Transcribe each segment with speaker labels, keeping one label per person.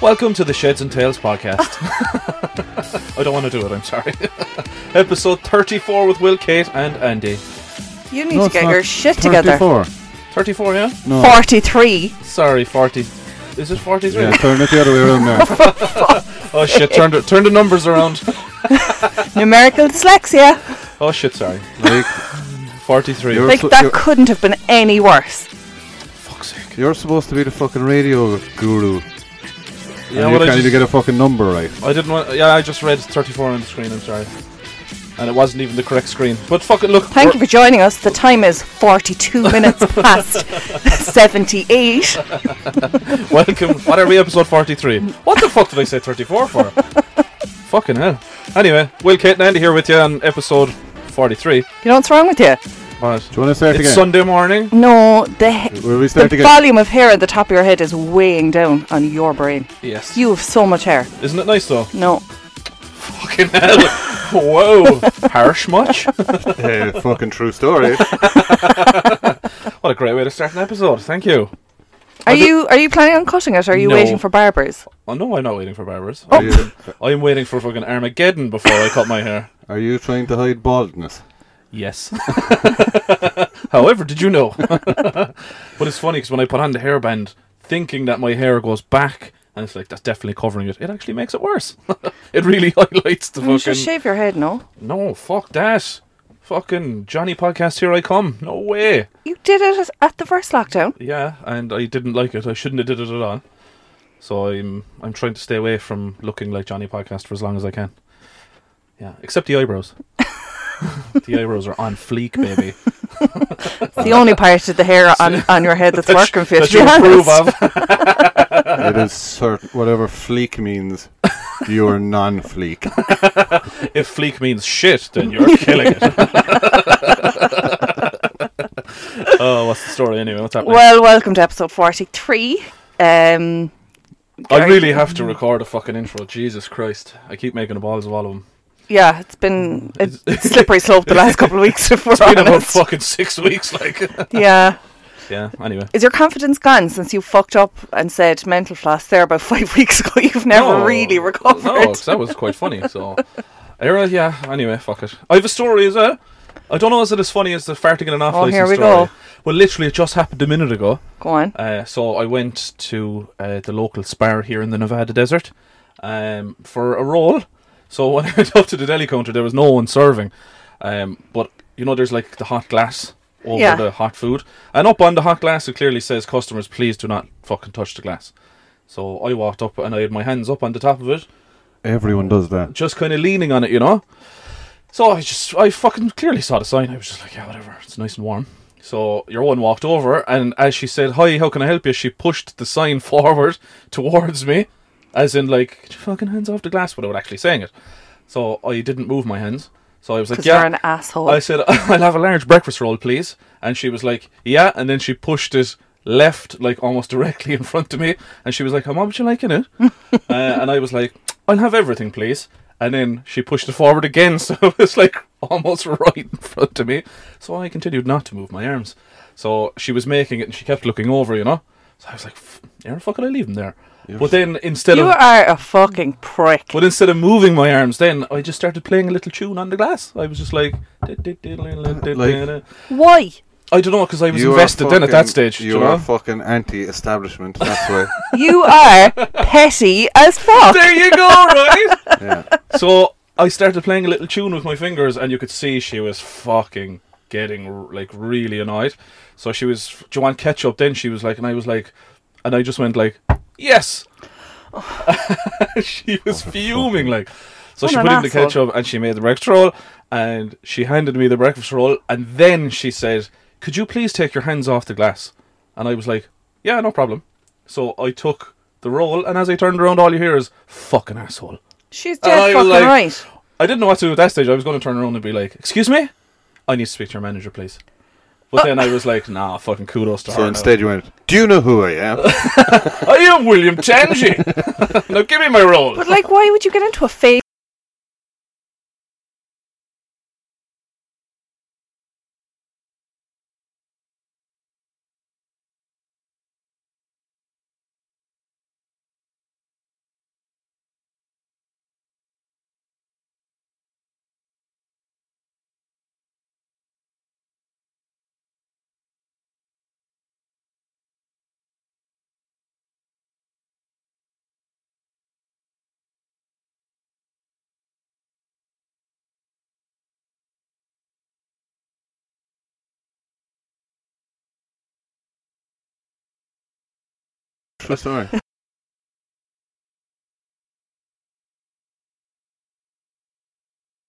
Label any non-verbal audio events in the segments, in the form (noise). Speaker 1: Welcome to the Sheds and Tails podcast. (laughs) I don't want to do it, I'm sorry. (laughs) Episode 34 with Will, Kate, and Andy.
Speaker 2: You need
Speaker 3: No,
Speaker 2: to
Speaker 3: it's
Speaker 2: get
Speaker 3: not.
Speaker 2: your shit together.
Speaker 3: 34.
Speaker 1: 34, yeah?
Speaker 3: No.
Speaker 2: 43.
Speaker 1: Sorry, 40. Is it 43?
Speaker 3: Yeah, turn it the other way around now. (laughs)
Speaker 1: Oh shit, turn the, turn the numbers around.
Speaker 2: Numerical dyslexia.
Speaker 1: Oh shit, sorry.
Speaker 3: Like,
Speaker 1: 43.
Speaker 3: You're-
Speaker 1: For
Speaker 2: Like,
Speaker 3: so-
Speaker 2: that couldn't have been any worse.
Speaker 1: fuck's sake.
Speaker 3: you're supposed to be the fucking radio guru.
Speaker 1: Yeah,
Speaker 3: and you
Speaker 1: well,
Speaker 3: can't
Speaker 1: I,
Speaker 3: even
Speaker 1: just,
Speaker 3: get a fucking number right.
Speaker 1: I didn't want. Yeah, I just read 34 on the screen, I'm sorry. And it wasn't even the correct screen. But fuck it, look.
Speaker 2: Thank you
Speaker 1: we're-
Speaker 2: for joining us. The time is
Speaker 1: (laughs)
Speaker 2: 42 minutes past 78.
Speaker 1: Welcome. What are we, episode 43? What the fuck did I say 34 for? Fucking hell. Anyway, Will, Kate, and Andy here with you on episode 43.
Speaker 2: You know what's wrong with you?
Speaker 1: But
Speaker 3: Do you want to start
Speaker 1: it's
Speaker 3: again?
Speaker 1: Sunday morning.
Speaker 2: No, the, he-
Speaker 3: Will we
Speaker 2: the
Speaker 3: start again?
Speaker 2: volume of hair at the top of your head is weighing down on your brain.
Speaker 1: Yes.
Speaker 2: You have so much hair.
Speaker 1: Isn't it nice though?
Speaker 2: No.
Speaker 1: Fucking hell. Whoa. Harsh much?
Speaker 3: Hey, fucking true
Speaker 2: (laughs)
Speaker 3: story.
Speaker 1: What a great way to start an episode. Thank you.
Speaker 2: Are
Speaker 1: I do-
Speaker 2: you are you planning on cutting it? Or are you
Speaker 1: No.
Speaker 2: waiting for barbers?
Speaker 1: Oh no, I'm not waiting for barbers.
Speaker 4: Oh.
Speaker 3: Are, you,
Speaker 1: I am waiting for fucking Armageddon before I cut my hair.
Speaker 3: are you trying to hide baldness?
Speaker 1: (laughs) Yes. However, did you know? (laughs) but it's funny because when I put on the hairband, thinking that my hair goes back, and it's like that's definitely covering it. It actually makes it worse. (laughs) it really highlights the
Speaker 2: You
Speaker 1: fucking.
Speaker 2: should shave your head, no?
Speaker 1: no, fuck that. Fucking Johnny podcast, here I come. No way.
Speaker 2: You did it at the first lockdown.
Speaker 1: Yeah, and I didn't like it. I shouldn't have did it at all. So I'm I'm trying to stay away from looking like Johnny Podcast for as long as I can. Yeah, except the eyebrows. (laughs) the eyebrows are on fleek, baby. (laughs)
Speaker 2: It's the only part of the hair on, on your head that's working for you,
Speaker 1: That
Speaker 2: to be
Speaker 1: you approve
Speaker 2: honest.
Speaker 3: it
Speaker 1: of.
Speaker 3: is certain, whatever fleek means, you are non fleek.
Speaker 1: if fleek means shit, then
Speaker 2: (laughs)
Speaker 1: you're killing it. (laughs) oh, what's the story anyway? What's happening?
Speaker 2: Well, welcome to episode 43. Um,
Speaker 1: I really have to record a fucking intro. Jesus Christ! I keep making balls of all of them.
Speaker 2: yeah, it's been a
Speaker 1: (laughs)
Speaker 2: slippery slope the last couple of weeks, if we're
Speaker 1: It's been about
Speaker 2: honest.
Speaker 1: fucking six (laughs) weeks, like.
Speaker 2: Yeah.
Speaker 1: yeah.
Speaker 2: (laughs)
Speaker 1: Anyway.
Speaker 2: Is your confidence gone since you fucked up and said mental floss there about five (laughs) weeks ago? You've never
Speaker 1: No,
Speaker 2: really recovered.
Speaker 1: No, 'cause that was quite funny. So, Era, yeah. Anyway, fuck it. I have a story as well. I don't know is it as funny as the farting in an off
Speaker 2: Oh,
Speaker 1: license
Speaker 2: here we
Speaker 1: story.
Speaker 2: go.
Speaker 1: Well, literally, it just happened a minute ago.
Speaker 2: Go on.
Speaker 1: Uh, so I went to uh, the local spar here in the Nevada desert um, for a roll. So (laughs) when I went up to the deli counter, there was no one serving. Um, but you know, there's like the hot glass over
Speaker 2: Yeah.
Speaker 1: the hot food, and up on the hot glass it clearly says, "Customers, please do not fucking touch the glass." So I walked up and I had my hands up on the top of it,
Speaker 3: Everyone does that.
Speaker 1: just kind of leaning on it, you know. So I just, I fucking clearly saw the sign. I was just like, yeah, whatever. It's nice and warm. So your one walked over, and as she said, "Hi, how can I help you?" She pushed the sign (laughs) forward towards me, as in like, "Get your fucking hands off the glass," without actually saying it. So I didn't move my hands. So I was like,
Speaker 2: Because
Speaker 1: "Yeah."
Speaker 2: you're an asshole.
Speaker 1: I said, (laughs) I'll have a large breakfast roll, please. And she was like, Yeah. And then she pushed it left, like almost (laughs) directly in front of me. And she was like, How much would you like in it? uh, and I was like, I'll have everything, please. And then she pushed it forward again. (laughs) So it was like almost (laughs) right in front of me. So I continued not to move my arms. So she was making it and she kept looking over, you know. So I was like, "F- Aaron, fuck it, I leave him there. But then instead
Speaker 2: you
Speaker 1: of.
Speaker 2: are a fucking prick.
Speaker 1: But instead of moving my arms, then I just started playing a little tune on the glass. I was just like, "Di-di-di-di-di-di-di-di."
Speaker 2: Why?
Speaker 1: I don't know because (laughs) I was
Speaker 3: You are
Speaker 1: invested then at
Speaker 3: fucking-
Speaker 1: that stage. do
Speaker 3: You,
Speaker 1: You
Speaker 3: are
Speaker 1: know?
Speaker 3: fucking anti establishment, that's
Speaker 1: (laughs)
Speaker 3: why.
Speaker 2: You are petty as fuck.
Speaker 1: There you
Speaker 3: (laughs)
Speaker 1: go, right?
Speaker 3: Yeah.
Speaker 1: so I started playing a little tune with my fingers, and you could see she was fucking getting r- like really annoyed. So she was, "Do you want ketchup?" Then she was like, and I was like, and I just went like, "Yes." (laughs) she was fuming like. So
Speaker 2: What
Speaker 1: she
Speaker 2: an
Speaker 1: put in the
Speaker 2: asshole.
Speaker 1: ketchup and she made the breakfast roll and she handed me the breakfast roll and then she said, "Could you please take your hands off the glass?" And I was like, "Yeah, no problem." So I took the roll and as I turned around, all you hear is "fucking asshole."
Speaker 2: She's
Speaker 1: And I
Speaker 2: dead
Speaker 1: was
Speaker 2: fucking
Speaker 1: like-
Speaker 2: right.
Speaker 1: I didn't know what to do at that stage. I was going to turn around and be like, "Excuse me, I need to speak to your manager, please." But then I was like, "Nah, fucking kudos to her."
Speaker 3: So
Speaker 1: now.
Speaker 3: instead you went, Do you know who I am?
Speaker 1: I am
Speaker 3: (laughs)
Speaker 1: William Tangy. now give me my roll.
Speaker 2: But like, why would you get into a phase?
Speaker 1: (laughs)
Speaker 4: True story.
Speaker 1: (laughs)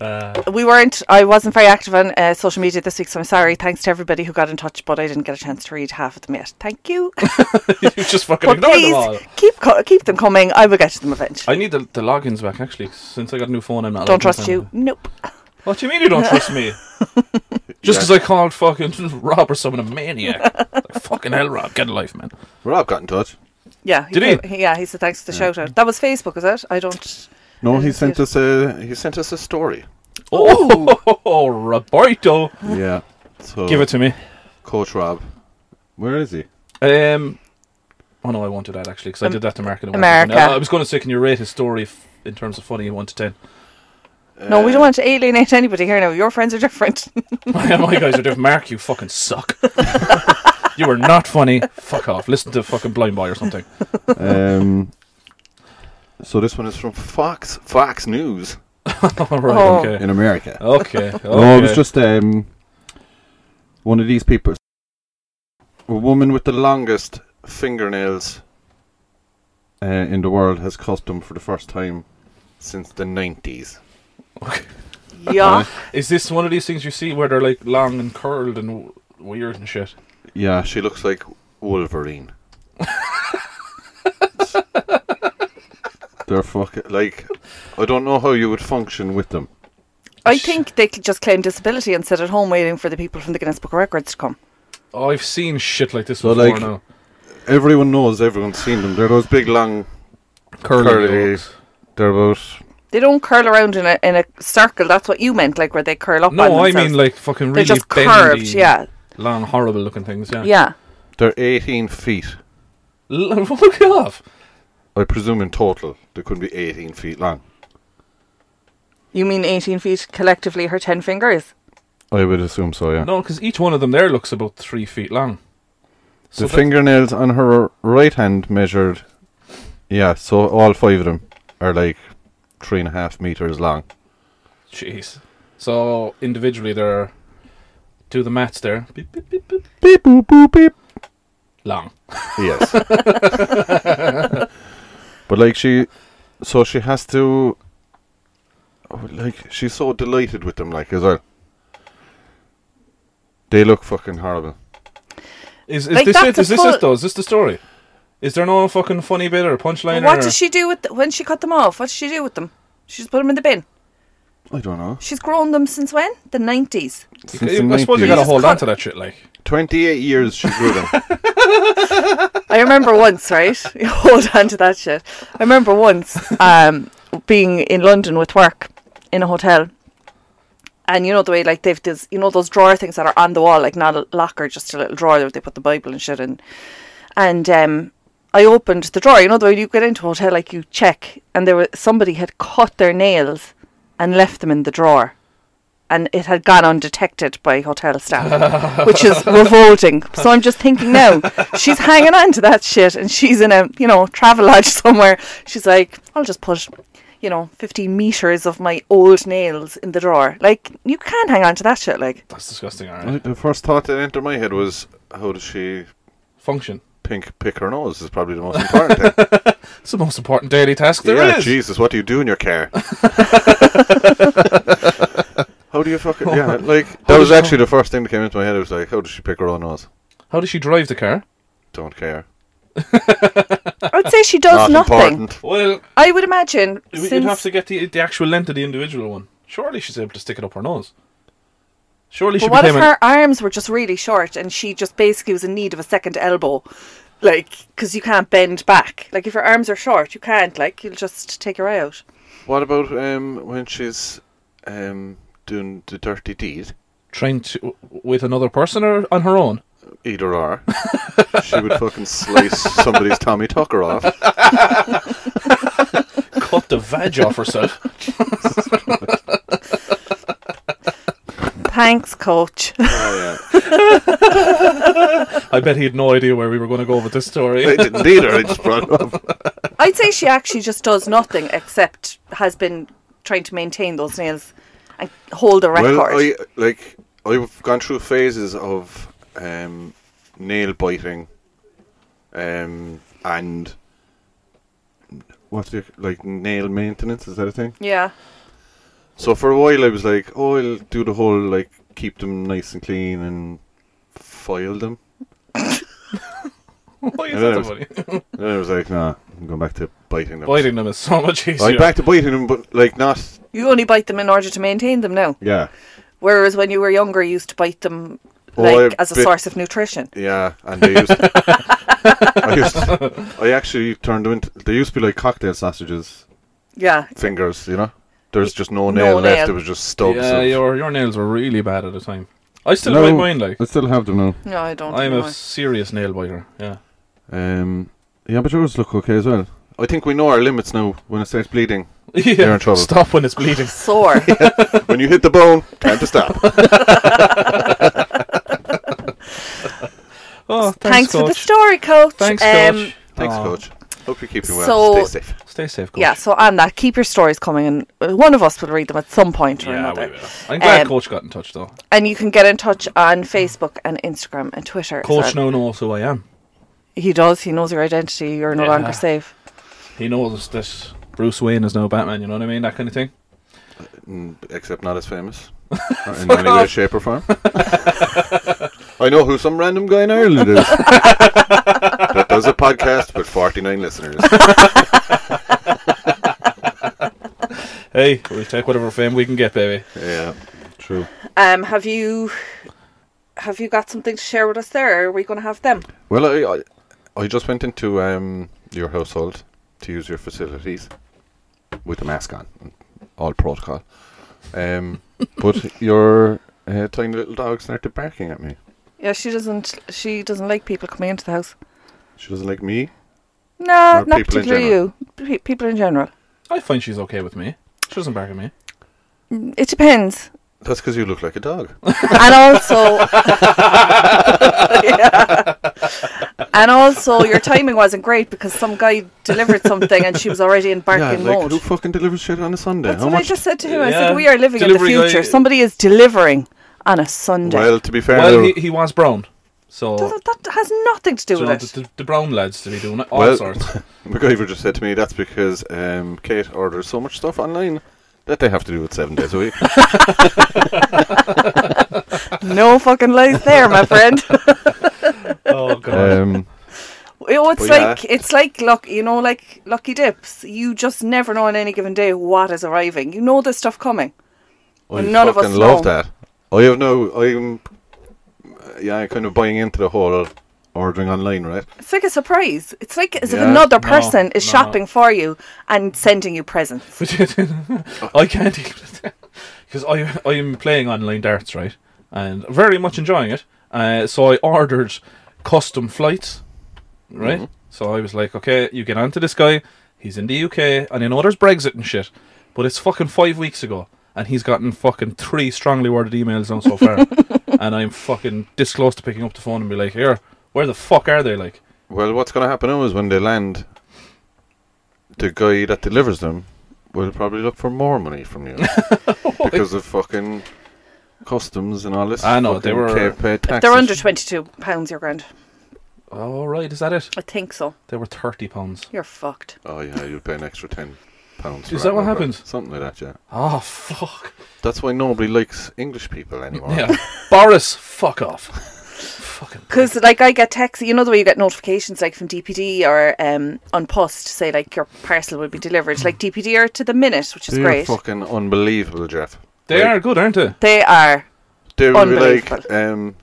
Speaker 1: Uh,
Speaker 2: We weren't. I wasn't very active on uh, social media this week, so I'm sorry. Thanks to everybody who got in touch, but I didn't get a chance to read half of them yet. Thank you.
Speaker 1: you just fucking
Speaker 2: but
Speaker 1: ignore them all.
Speaker 2: please keep co- keep them coming. I will get to them eventually.
Speaker 1: I need the, the logins back actually. Since I got a new phone, I'm not.
Speaker 2: Don't
Speaker 1: logged in
Speaker 2: trust
Speaker 1: time.
Speaker 2: you. Nope.
Speaker 1: What do you mean you don't trust
Speaker 2: (laughs)
Speaker 1: me? Just because I called fucking (laughs) Rob or someone a maniac.
Speaker 2: (laughs)
Speaker 1: Like, fucking hell, Rob, get a life, man.
Speaker 4: Rob got in touch.
Speaker 2: Yeah. He
Speaker 1: Did
Speaker 2: gave- Yeah. He said thanks to the shout out. That was Facebook, is it? I don't.
Speaker 4: No,
Speaker 2: I
Speaker 4: he
Speaker 2: didn't see
Speaker 4: sent
Speaker 2: it.
Speaker 4: us a he sent us a story.
Speaker 1: Oh, (laughs) Roberto,
Speaker 4: Yeah. So
Speaker 1: give it to me.
Speaker 4: Coach Rob. Where is he?
Speaker 1: Um, oh no, I won't do that actually because I
Speaker 2: Am-
Speaker 1: did that to America.
Speaker 2: America.
Speaker 1: I was going to say, can you rate his story f- in terms of funny, one to ten? (laughs)
Speaker 2: No,
Speaker 1: Uh,
Speaker 2: we don't want to alienate anybody here now. Your friends are different. (laughs)
Speaker 1: My guys are different. Mark, you fucking suck. you are not funny. Fuck off. Listen to fucking Blind Boy or something.
Speaker 4: (laughs)
Speaker 1: (laughs)
Speaker 4: Um, so this one is from Fox Fox News
Speaker 1: All right,
Speaker 2: Oh.
Speaker 1: okay,
Speaker 4: in America.
Speaker 2: (laughs)
Speaker 1: okay, okay.
Speaker 4: No, it was just um, one of these people. A woman with the longest fingernails uh, in the world has cussed him for the first time since the 90s.
Speaker 2: yeah.
Speaker 1: Is this one of these things you see where they're like long and curled and w- weird and shit?
Speaker 4: Yeah, she looks like Wolverine. They're fucking like I don't know how you would function with them.
Speaker 2: I think they could just claim disability and sit at home waiting for the people from the Guinness Book of Records to come.
Speaker 1: Oh, I've seen shit like this
Speaker 4: So,
Speaker 1: before
Speaker 4: like,
Speaker 1: now.
Speaker 4: Everyone knows, everyone's seen them. They're those big long.
Speaker 1: Curly.
Speaker 4: curly.
Speaker 1: yolks.
Speaker 4: They're about
Speaker 2: They don't curl around in a in a circle. That's what you meant, like where they curl up. on
Speaker 1: No, I
Speaker 2: themselves.
Speaker 1: mean like fucking
Speaker 2: Oh,
Speaker 1: really
Speaker 2: they're just
Speaker 1: bendy,
Speaker 2: curved. Yeah,
Speaker 1: long, horrible looking things. Yeah.
Speaker 2: yeah.
Speaker 4: they're 18 feet.
Speaker 1: L- (laughs) Fuck off.
Speaker 4: I presume in total they could be 18 feet long.
Speaker 2: You mean eighteen feet collectively? Her ten fingers.
Speaker 4: I would assume so. Yeah.
Speaker 1: No, because each one of them there looks about three feet long. So
Speaker 4: the
Speaker 1: that's-
Speaker 4: fingernails on her right hand measured. Yeah, so all five of them are like three and a half meters long.
Speaker 1: Jeez. So individually they're. Do the mats there. Beep, beep, beep, beep.
Speaker 4: Beep boop boop beep.
Speaker 1: Long.
Speaker 4: Yes. but like she, so she has to. oh, Like she's so delighted with them, like as well. They look fucking horrible.
Speaker 1: Is, is
Speaker 2: Like,
Speaker 1: this
Speaker 2: that's
Speaker 1: it?
Speaker 2: a
Speaker 1: Is this
Speaker 2: full-
Speaker 1: it though? Is this the story? Is there no fucking funny bit or punchline?
Speaker 2: what
Speaker 1: or...
Speaker 2: does she do with th- when she cut them off? What does she do with them? She just put them in the bin.
Speaker 4: I don't know.
Speaker 2: She's grown them since when? The nineties.
Speaker 4: Since the
Speaker 1: I suppose you
Speaker 4: 90s.
Speaker 1: gotta
Speaker 2: Just
Speaker 1: hold on
Speaker 2: cut-
Speaker 1: to that shit, like.
Speaker 4: Twenty-eight years she grew (laughs) them.
Speaker 2: (laughs) I remember once, right? (laughs) Hold on to that shit. I remember once um, being in London with work in a hotel. And you know the way, like they've this, you know those drawer things that are on the wall, like not a locker, just a little drawer that they put the Bible and shit in. And um, I opened the drawer. You know the way you get into a hotel, like you check, and there was somebody had cut their nails and left them in the drawer, and it had gone undetected by hotel staff,
Speaker 1: (laughs)
Speaker 2: which is revolting. So I'm just thinking now, she's hanging on to that shit, and she's in a you know travel lodge (laughs) somewhere. She's like, I'll just put. You know, 50 meters of my old nails in the drawer. Like, you can't hang on to that shit. Like,
Speaker 1: That's disgusting, alright.
Speaker 4: Right, the first thought that entered my head was, how does she
Speaker 1: Function.
Speaker 4: pink pick her nose? Is probably the most important thing.
Speaker 1: It's the most important daily task there is.
Speaker 4: yeah, Jesus, what do you do in
Speaker 1: (laughs)
Speaker 4: your car? how do you fucking yeah? Like that
Speaker 1: How
Speaker 4: was
Speaker 1: does-
Speaker 4: actually the first thing that came into my head. It was like, how does she pick her own nose?
Speaker 1: How does she drive the car?
Speaker 4: Don't care.
Speaker 2: I'd say she does
Speaker 4: Not
Speaker 2: nothing.
Speaker 4: important.
Speaker 1: Well,
Speaker 2: I would imagine.
Speaker 1: we- you'd
Speaker 2: since-
Speaker 1: have to get the, the actual length of the individual one. Surely she's able to stick it up her nose. Surely she
Speaker 2: But what if
Speaker 1: became an,
Speaker 2: her arms were just really short and she just basically was in need of a second elbow? Like, because you can't bend back. Like, if your arms are short, you can't. Like, you'll just take her out.
Speaker 4: What about um when she's um doing the dirty deed?
Speaker 1: trying to with another person or on her own. (laughs)
Speaker 4: Either or, she would fucking slice somebody's Tommy
Speaker 1: (laughs)
Speaker 4: Tucker off.
Speaker 1: Cut the veg off herself.
Speaker 2: Thanks, coach.
Speaker 4: Oh yeah,
Speaker 1: (laughs) I bet he had no idea where we were going to go with this
Speaker 4: I
Speaker 1: story.
Speaker 4: didn't either. I just brought it up.
Speaker 2: I'd say she actually just does nothing except has been trying to maintain those nails and hold a record.
Speaker 4: Well, I like I've gone through phases of um, nail biting, um, and what's the like nail maintenance? Is that a thing?
Speaker 2: Yeah.
Speaker 4: So for a while, I was like, oh, I'll do the whole like keep them nice and clean and file them.
Speaker 1: (laughs) Why is
Speaker 4: I don't
Speaker 1: that
Speaker 4: know.
Speaker 1: so funny?
Speaker 4: And then I was like, nah, I'm going back to biting them.
Speaker 1: Biting them is so much easier.
Speaker 4: Like back to biting them, but like not.
Speaker 2: You only bite them in order to maintain them now.
Speaker 4: Yeah,
Speaker 2: Whereas when you were younger, you used to bite them
Speaker 4: Oh,
Speaker 2: like
Speaker 4: I
Speaker 2: as a
Speaker 4: bit-
Speaker 2: source of nutrition.
Speaker 4: yeah, and they used. I used. I actually turned them into. They used to be like cocktail sausages,
Speaker 2: Yeah.
Speaker 4: fingers. You know, there's just no
Speaker 2: No
Speaker 4: nail left.
Speaker 2: nail.
Speaker 4: It was just stubs.
Speaker 1: yeah,
Speaker 4: of-
Speaker 1: your your nails were really bad at the time. I still
Speaker 4: No.
Speaker 1: bite mine like
Speaker 4: I still have them now.
Speaker 2: No, I don't.
Speaker 1: I'm
Speaker 2: know.
Speaker 1: a serious nail biter. Yeah.
Speaker 4: Um, yeah, but yours look okay as well. I think we know our limits now. When it starts bleeding,
Speaker 1: yeah. (laughs)
Speaker 4: You're in trouble.
Speaker 1: Stop when it's bleeding.
Speaker 2: (laughs)
Speaker 4: (laughs)
Speaker 2: sore.
Speaker 4: when you hit the bone, time
Speaker 1: (laughs)
Speaker 4: to stop.
Speaker 1: Oh, thanks,
Speaker 2: Thanks, for the
Speaker 1: coach.
Speaker 2: story, coach.
Speaker 1: Thanks,
Speaker 2: Um,
Speaker 1: coach.
Speaker 4: Thanks,
Speaker 1: Aw.
Speaker 4: coach. Hope you're keeping well.
Speaker 2: So-
Speaker 4: Stay safe.
Speaker 1: Stay safe, coach.
Speaker 2: Yeah, so on that, keep your stories coming, and uh, one of us will read them at some point or
Speaker 1: Yeah, we
Speaker 2: another.
Speaker 1: will. I'm glad
Speaker 2: Um,
Speaker 1: coach got in touch though.
Speaker 2: And you can get in touch on Facebook and Instagram and Twitter. as
Speaker 1: Coach now
Speaker 2: well.
Speaker 1: knows who I am.
Speaker 2: He does. He knows your identity. You're no
Speaker 1: Yeah.
Speaker 2: longer safe.
Speaker 1: He knows that Bruce Wayne is now Batman. You know what I mean? That kind of thing.
Speaker 4: Mm, except not as
Speaker 1: (laughs)
Speaker 4: famous Or in any way, shape, or form. I know who some random guy in Ireland
Speaker 1: (laughs)
Speaker 4: is that does a podcast with 49 listeners.
Speaker 1: (laughs) Hey, we'll take whatever fame we can get, baby.
Speaker 4: Yeah, true.
Speaker 2: Um, have you have you got something to share with us there? Or are we going to have them?
Speaker 4: Well, I, I, I just went into um, your household to use your facilities with a mask on, and all protocol.
Speaker 2: (laughs)
Speaker 4: Um, but your uh, tiny little dog started barking at me.
Speaker 2: Yeah, she doesn't. She doesn't like people coming into the house.
Speaker 4: She doesn't like me.
Speaker 2: No,
Speaker 4: Or
Speaker 2: not
Speaker 4: people in
Speaker 2: particularly you. Pe- people in general.
Speaker 1: I find she's okay with me. She doesn't bark at me.
Speaker 2: Mm, It depends.
Speaker 4: That's because you look like a dog.
Speaker 2: and also
Speaker 4: (laughs)
Speaker 2: Yeah. and also your timing wasn't great because some guy delivered something and she was already in barking
Speaker 4: yeah, like
Speaker 2: mode
Speaker 4: who fucking delivers shit on a Sunday?
Speaker 2: that's
Speaker 4: How
Speaker 2: what
Speaker 4: much
Speaker 2: i just said to him i
Speaker 1: Yeah.
Speaker 2: said we are living
Speaker 1: Delivery
Speaker 2: in
Speaker 1: guy-
Speaker 2: the future somebody is delivering on a sunday
Speaker 4: Well, to be fair,
Speaker 1: Well,
Speaker 4: though,
Speaker 1: he, he was brown, so
Speaker 2: that, that has nothing to do
Speaker 1: so
Speaker 2: with it
Speaker 1: the, the, the brown lads to be doing all
Speaker 4: Well-
Speaker 1: sorts.
Speaker 4: (laughs) MacGyver just said to me that's because um, Kate orders so much stuff online that they have to do it seven days
Speaker 1: (laughs)
Speaker 4: a week.
Speaker 2: no fucking lies there my
Speaker 4: (laughs)
Speaker 2: friend
Speaker 1: Oh god.
Speaker 4: um,
Speaker 2: oh it's
Speaker 4: But yeah.
Speaker 2: like it's like luck you know like lucky dips you just never know on any given day what is arriving you know there's stuff coming
Speaker 4: I
Speaker 2: None of us
Speaker 4: fucking love
Speaker 2: know.
Speaker 4: that. I have no. I'm uh, yeah, kind of buying into the whole ordering online, right?
Speaker 2: It's like a surprise. It's like as if
Speaker 4: Yeah.
Speaker 2: another
Speaker 1: No,
Speaker 2: person is
Speaker 1: no.
Speaker 2: shopping for you and sending you presents.
Speaker 1: (laughs) I can't (laughs) because I I am playing online darts right and very much enjoying it. Uh, so I ordered custom flights, right? So I was like, okay, you get onto this guy. He's in the UK, and I know there's Brexit and shit, but it's fucking five weeks ago, and he's gotten fucking three strongly worded emails now so (laughs) far, and I'm fucking this close to picking up the phone and be like, here, where the fuck are they? Like,
Speaker 4: Well, what's going to happen now is when they land, the guy that delivers them will probably look for more money from
Speaker 2: (laughs)
Speaker 4: you
Speaker 1: Oh,
Speaker 4: because of fucking customs and all this.
Speaker 1: I know, they
Speaker 4: fucking
Speaker 1: were-
Speaker 4: Cape, uh,
Speaker 2: If they're
Speaker 4: taxes.
Speaker 2: under twenty-two pounds, you're grand.
Speaker 1: all right, is that it?
Speaker 2: I think so.
Speaker 1: They were thirty pounds.
Speaker 2: You're fucked.
Speaker 4: Oh yeah, you'd pay an extra ten pounds.
Speaker 1: Is that what
Speaker 4: happened?
Speaker 1: happens?
Speaker 4: Something like that, yeah.
Speaker 1: Oh fuck.
Speaker 4: That's why nobody likes English people anymore.
Speaker 1: Yeah, Boris, fuck off.
Speaker 2: (laughs)
Speaker 1: Fucking.
Speaker 2: Because like I get texts, you know the way you get notifications like from DPD or um, on post to say like your parcel will be delivered. Like DPD are to the minute, which is
Speaker 4: They're
Speaker 2: great.
Speaker 4: fucking unbelievable, Jeff.
Speaker 1: They
Speaker 4: Like,
Speaker 1: are good, aren't they?
Speaker 2: They are.
Speaker 4: They will be like
Speaker 2: unbelievable.
Speaker 4: um,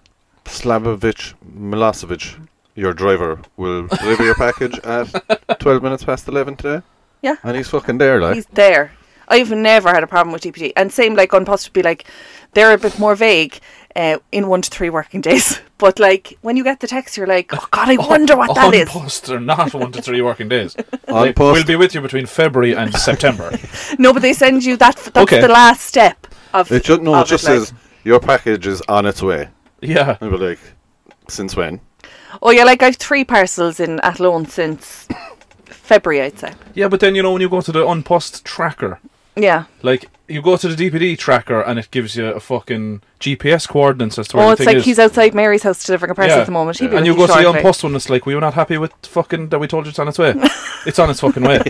Speaker 4: Slavovic Milosevic. Your driver
Speaker 2: (laughs)
Speaker 4: will deliver your package at twelve minutes past eleven today.
Speaker 2: Yeah.
Speaker 4: and he's fucking there, like.
Speaker 2: He's there. I've never had a problem with DPD. And same like on post would be like they're a bit more vague. Uh, in one to three working days, (laughs) but like when you get the text, you're like, "Oh God, I wonder what that
Speaker 1: on
Speaker 2: is."
Speaker 1: post are not one to three working
Speaker 4: (laughs)
Speaker 1: days.
Speaker 4: on
Speaker 1: Like, We'll
Speaker 4: post.
Speaker 1: be with you between February and
Speaker 4: (laughs)
Speaker 1: September.
Speaker 2: No, but they send you that. That's
Speaker 1: Okay.
Speaker 2: the last step of.
Speaker 4: it just no,
Speaker 2: of
Speaker 4: it just
Speaker 2: like-
Speaker 4: says your package is on its way.
Speaker 1: yeah.
Speaker 4: And we're like, since when?
Speaker 2: Oh yeah, like I've three parcels in Athlone since February, I'd say.
Speaker 1: Yeah, but then you know when you go to the on post tracker,
Speaker 2: Yeah.
Speaker 1: Like you go to the DPD tracker and it gives you a fucking GPS coordinates as to where
Speaker 2: Oh,
Speaker 1: the
Speaker 2: it's
Speaker 1: thing
Speaker 2: like
Speaker 1: is.
Speaker 2: he's outside Mary's house delivering a parcel
Speaker 1: Yeah.
Speaker 2: at the moment. He'll be
Speaker 1: and you
Speaker 2: with
Speaker 1: go to the
Speaker 2: shortly.
Speaker 1: unpost one, it's like we were not happy with fucking that we told you it's on its way.
Speaker 2: (laughs)
Speaker 1: it's on its fucking
Speaker 4: (laughs)
Speaker 1: way.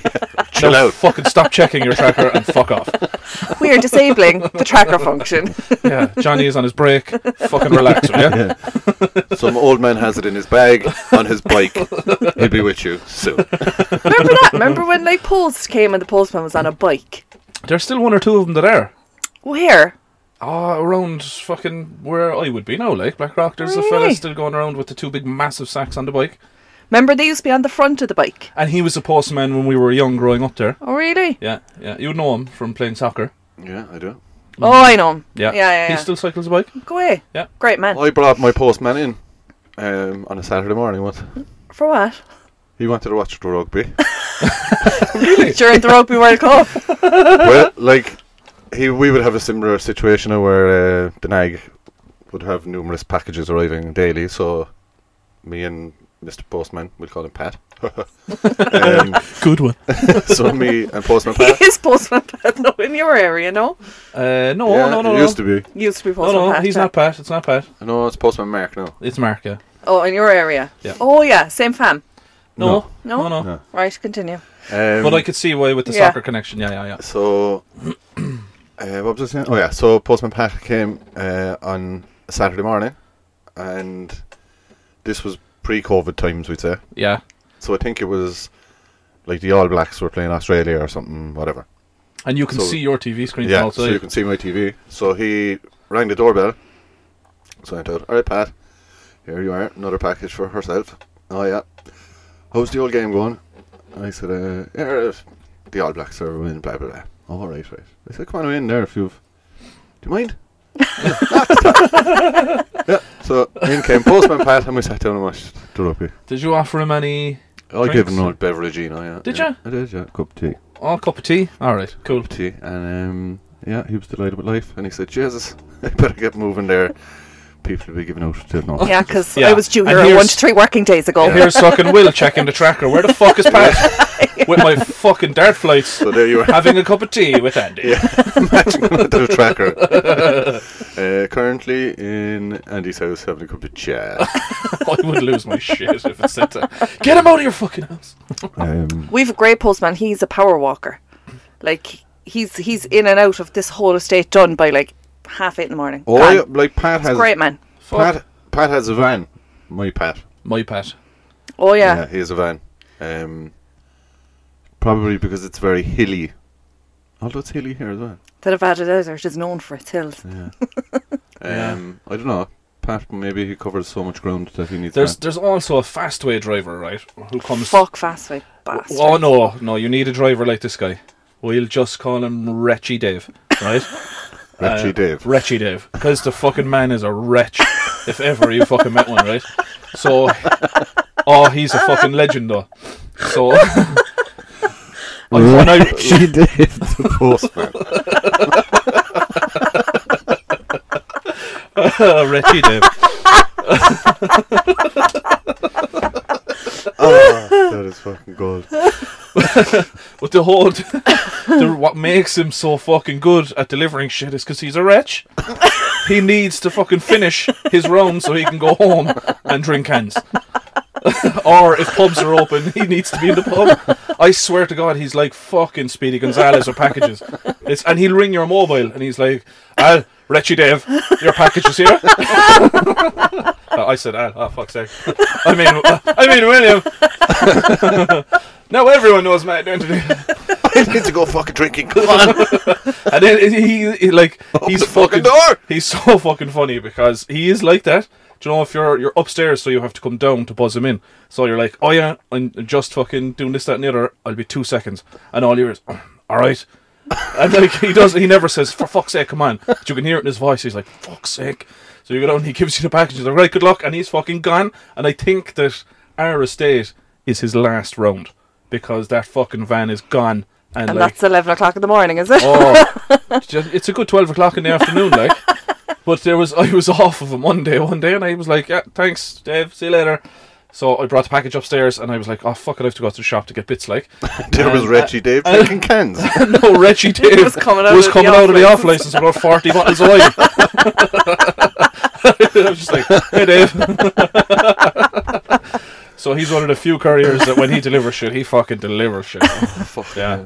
Speaker 4: Chill
Speaker 1: Now
Speaker 4: out.
Speaker 1: Fucking stop checking your tracker and fuck
Speaker 4: (laughs)
Speaker 1: off.
Speaker 2: We
Speaker 1: (laughs)
Speaker 2: are disabling the tracker function.
Speaker 1: Yeah, Johnny is on his break. Fucking
Speaker 4: (laughs)
Speaker 1: relax, will ya?
Speaker 4: Some old man has it in his bag on
Speaker 2: (laughs)
Speaker 4: his bike. He'll be with you soon.
Speaker 2: Remember that? Remember when like post came and the postman was on a bike?
Speaker 1: There's still one or two of them that are.
Speaker 2: Where?
Speaker 1: Ah, around fucking where I would be now, like Black Rock. There's a fella
Speaker 2: Really?
Speaker 1: still going around with the two big massive sacks on the bike,
Speaker 2: Remember they used to be on the front of the bike.
Speaker 1: and he was a postman when we were young, growing up there.
Speaker 2: Oh really?
Speaker 1: Yeah, yeah, you'd know him from playing soccer.
Speaker 4: Yeah, I do.
Speaker 2: Oh, I know. him.
Speaker 1: Mm. Yeah,
Speaker 2: Yeah, yeah.
Speaker 1: He
Speaker 2: yeah.
Speaker 1: still cycles a bike.
Speaker 2: Go away.
Speaker 1: Yeah.
Speaker 2: Great man.
Speaker 4: I brought my postman in um, on a Saturday morning once.
Speaker 2: For what?
Speaker 4: He wanted to watch the rugby.
Speaker 2: (laughs) During the Rugby
Speaker 1: (laughs)
Speaker 2: World Cup.
Speaker 4: well, like he, we would have a similar situation now where uh, the nag would have numerous packages arriving daily. So me and Mr. Postman, we'll call him Pat. (laughs) um,
Speaker 1: Good one.
Speaker 4: so me and Postman
Speaker 2: He
Speaker 4: Pat.
Speaker 2: is postman (laughs) Pat though in your area, no?
Speaker 1: Uh, (laughs) no,
Speaker 4: yeah,
Speaker 1: no, no,
Speaker 4: it
Speaker 1: no.
Speaker 4: used to be.
Speaker 2: Used to be
Speaker 1: no,
Speaker 2: postman
Speaker 1: no,
Speaker 2: Pat.
Speaker 1: he's
Speaker 2: yeah.
Speaker 1: not Pat. It's not Pat.
Speaker 4: No, it's Postman Mark now.
Speaker 1: It's Mark. Yeah.
Speaker 2: Oh, in your area.
Speaker 1: Yeah.
Speaker 2: Oh yeah, same fam.
Speaker 1: No,
Speaker 2: No.
Speaker 1: no, no.
Speaker 4: No.
Speaker 2: Right,
Speaker 1: (laughs)
Speaker 2: continue.
Speaker 4: Um,
Speaker 1: Oh. But I could see why with the
Speaker 2: Yeah.
Speaker 1: soccer connection. Yeah, yeah, yeah.
Speaker 4: So, (coughs) uh, what was I saying? Oh yeah, so Postman Pat came uh, on a Saturday morning, and this was pre-COVID times, we'd say.
Speaker 1: Yeah.
Speaker 4: So I think it was like the All Blacks were playing Australia or something, whatever.
Speaker 1: And you can
Speaker 4: So-
Speaker 1: see your TV screen
Speaker 4: yeah,
Speaker 1: from
Speaker 4: so you
Speaker 1: outside.
Speaker 4: can see my TV. So he rang the doorbell. So I thought, all right, Pat, here you are, another package for herself. Oh yeah, how's the old game going? I said, uh, yeah, the All Blacks are winning, blah blah blah. Oh, all right, right. I said, come on in there if you've. Do you mind? (laughs) yeah. So in came postman Pat, and we sat down and watched the rugby.
Speaker 1: Did you offer him any?
Speaker 4: I gave
Speaker 1: Drinks?
Speaker 4: him an old beverage, you know. Yeah.
Speaker 1: Did
Speaker 4: yeah.
Speaker 1: ya?
Speaker 4: I did. Yeah, cup of tea.
Speaker 1: Oh, cup of tea. All right, cool.
Speaker 4: tea, and um, yeah, he was delighted with life. And he said, "Jesus, (laughs) I better get moving there. People will be giving out till now."
Speaker 2: Yeah, because
Speaker 1: Oh, Yeah.
Speaker 2: I was due
Speaker 1: And
Speaker 2: here at one
Speaker 1: here's-
Speaker 2: to three working days ago.
Speaker 1: Oh, Here's fucking Will checking the tracker. Where the fuck is Pat? with my fucking dart
Speaker 4: (laughs)
Speaker 1: flights,
Speaker 4: So there you are,
Speaker 1: having a cup of tea with Andy.
Speaker 4: matching with the tracker. (laughs) uh, currently in Andy's house, having a cup
Speaker 2: (laughs)
Speaker 4: of chat.
Speaker 1: (laughs) I would lose my shit if it said that. Get him out of your fucking house.
Speaker 3: Um,
Speaker 2: (laughs) We've a great postman. He's a power walker. Like he's he's in and out of this whole estate done by like half eight in the morning.
Speaker 4: oh,
Speaker 2: Gone.
Speaker 4: yeah, like Pat has
Speaker 2: Great man.
Speaker 1: Fuck
Speaker 4: Pat. Pat has a van. My Pat.
Speaker 1: my Pat.
Speaker 2: Oh yeah.
Speaker 4: he has a van. Um, probably because it's very hilly. Although it's hilly here as well.
Speaker 2: The Nevada desert is known for its hills.
Speaker 4: Yeah.
Speaker 1: Yeah.
Speaker 4: Um, I don't know. Pat, maybe he covers so much ground that he needs.
Speaker 1: There's
Speaker 4: that.
Speaker 1: there's also a fast way driver, right? Who comes?
Speaker 2: Fuck fast way bastard.
Speaker 1: Oh no, no! You need a driver like this guy. We'll just call him Retchy Dave, right?
Speaker 4: Ratchy
Speaker 1: Uh,
Speaker 4: Dave.
Speaker 1: Wretchy Dave. Because the fucking man is a wretch, if ever you fucking met one, right? So, oh, he's a fucking legend, though. So, (laughs) I, when (laughs) I,
Speaker 3: she did.
Speaker 4: (laughs) postman.
Speaker 1: Wretchy Dave.
Speaker 4: oh, that is fucking (laughs) gold.
Speaker 1: But the whole, the, what makes him so fucking good at delivering shit is because he's a wretch. He needs to fucking finish his round so he can go home and drink cans. (laughs) or if pubs are open, he needs to be in the pub. I swear to God, he's like fucking Speedy Gonzales or packages. It's, and he'll ring your mobile and he's like, Al, Wretchy Dave, your package is here. (laughs) Uh, I said Al, oh fuck's sake. I mean, uh, I mean William. now everyone knows my identity.
Speaker 4: I need to go fucking drinking. Come on,
Speaker 1: And then he, he
Speaker 4: (laughs)
Speaker 1: like he's
Speaker 4: the
Speaker 1: fucking, (laughs)
Speaker 4: fucking door.
Speaker 1: he's so fucking funny because he is like that. Do you know if you're you're upstairs, so you have to come down to buzz him in. So you're like, oh yeah, I'm just fucking doing this, that, and the other. I'll be two seconds, and all yours. (clears throat) All right. And like he does, he never says for fuck's sake, come on. But you can hear it in his voice. He's like, fuck's sake. So you go down, he gives you the package. He's like, right, good luck, and he's fucking gone. And I think that our estate is his last round because that fucking van is gone. And,
Speaker 2: and
Speaker 1: like,
Speaker 2: that's eleven o'clock in the morning, is it?
Speaker 1: Oh, it's (laughs) just- it's a good twelve o'clock in the afternoon, like. (laughs) But there was I was off of him one day, one day, and I was like, "Yeah, thanks, Dave. See you later." So I brought the package upstairs, and I was like, "Oh fuck it, I have to go to the shop to get bits." Like, (laughs)
Speaker 4: There was
Speaker 1: And, uh,
Speaker 4: Reggie Dave
Speaker 1: and-
Speaker 4: drinking cans.
Speaker 1: no,
Speaker 2: (laughs)
Speaker 1: Reggie Dave
Speaker 2: was coming out of the
Speaker 1: coming out of the off
Speaker 2: off-license.
Speaker 1: license with about forty bottles of wine. (laughs) I was just like, "Hey, Dave." (laughs) so he's one of the few couriers that when he delivers shit, he fucking delivers shit.
Speaker 4: Fuck.
Speaker 1: Yeah.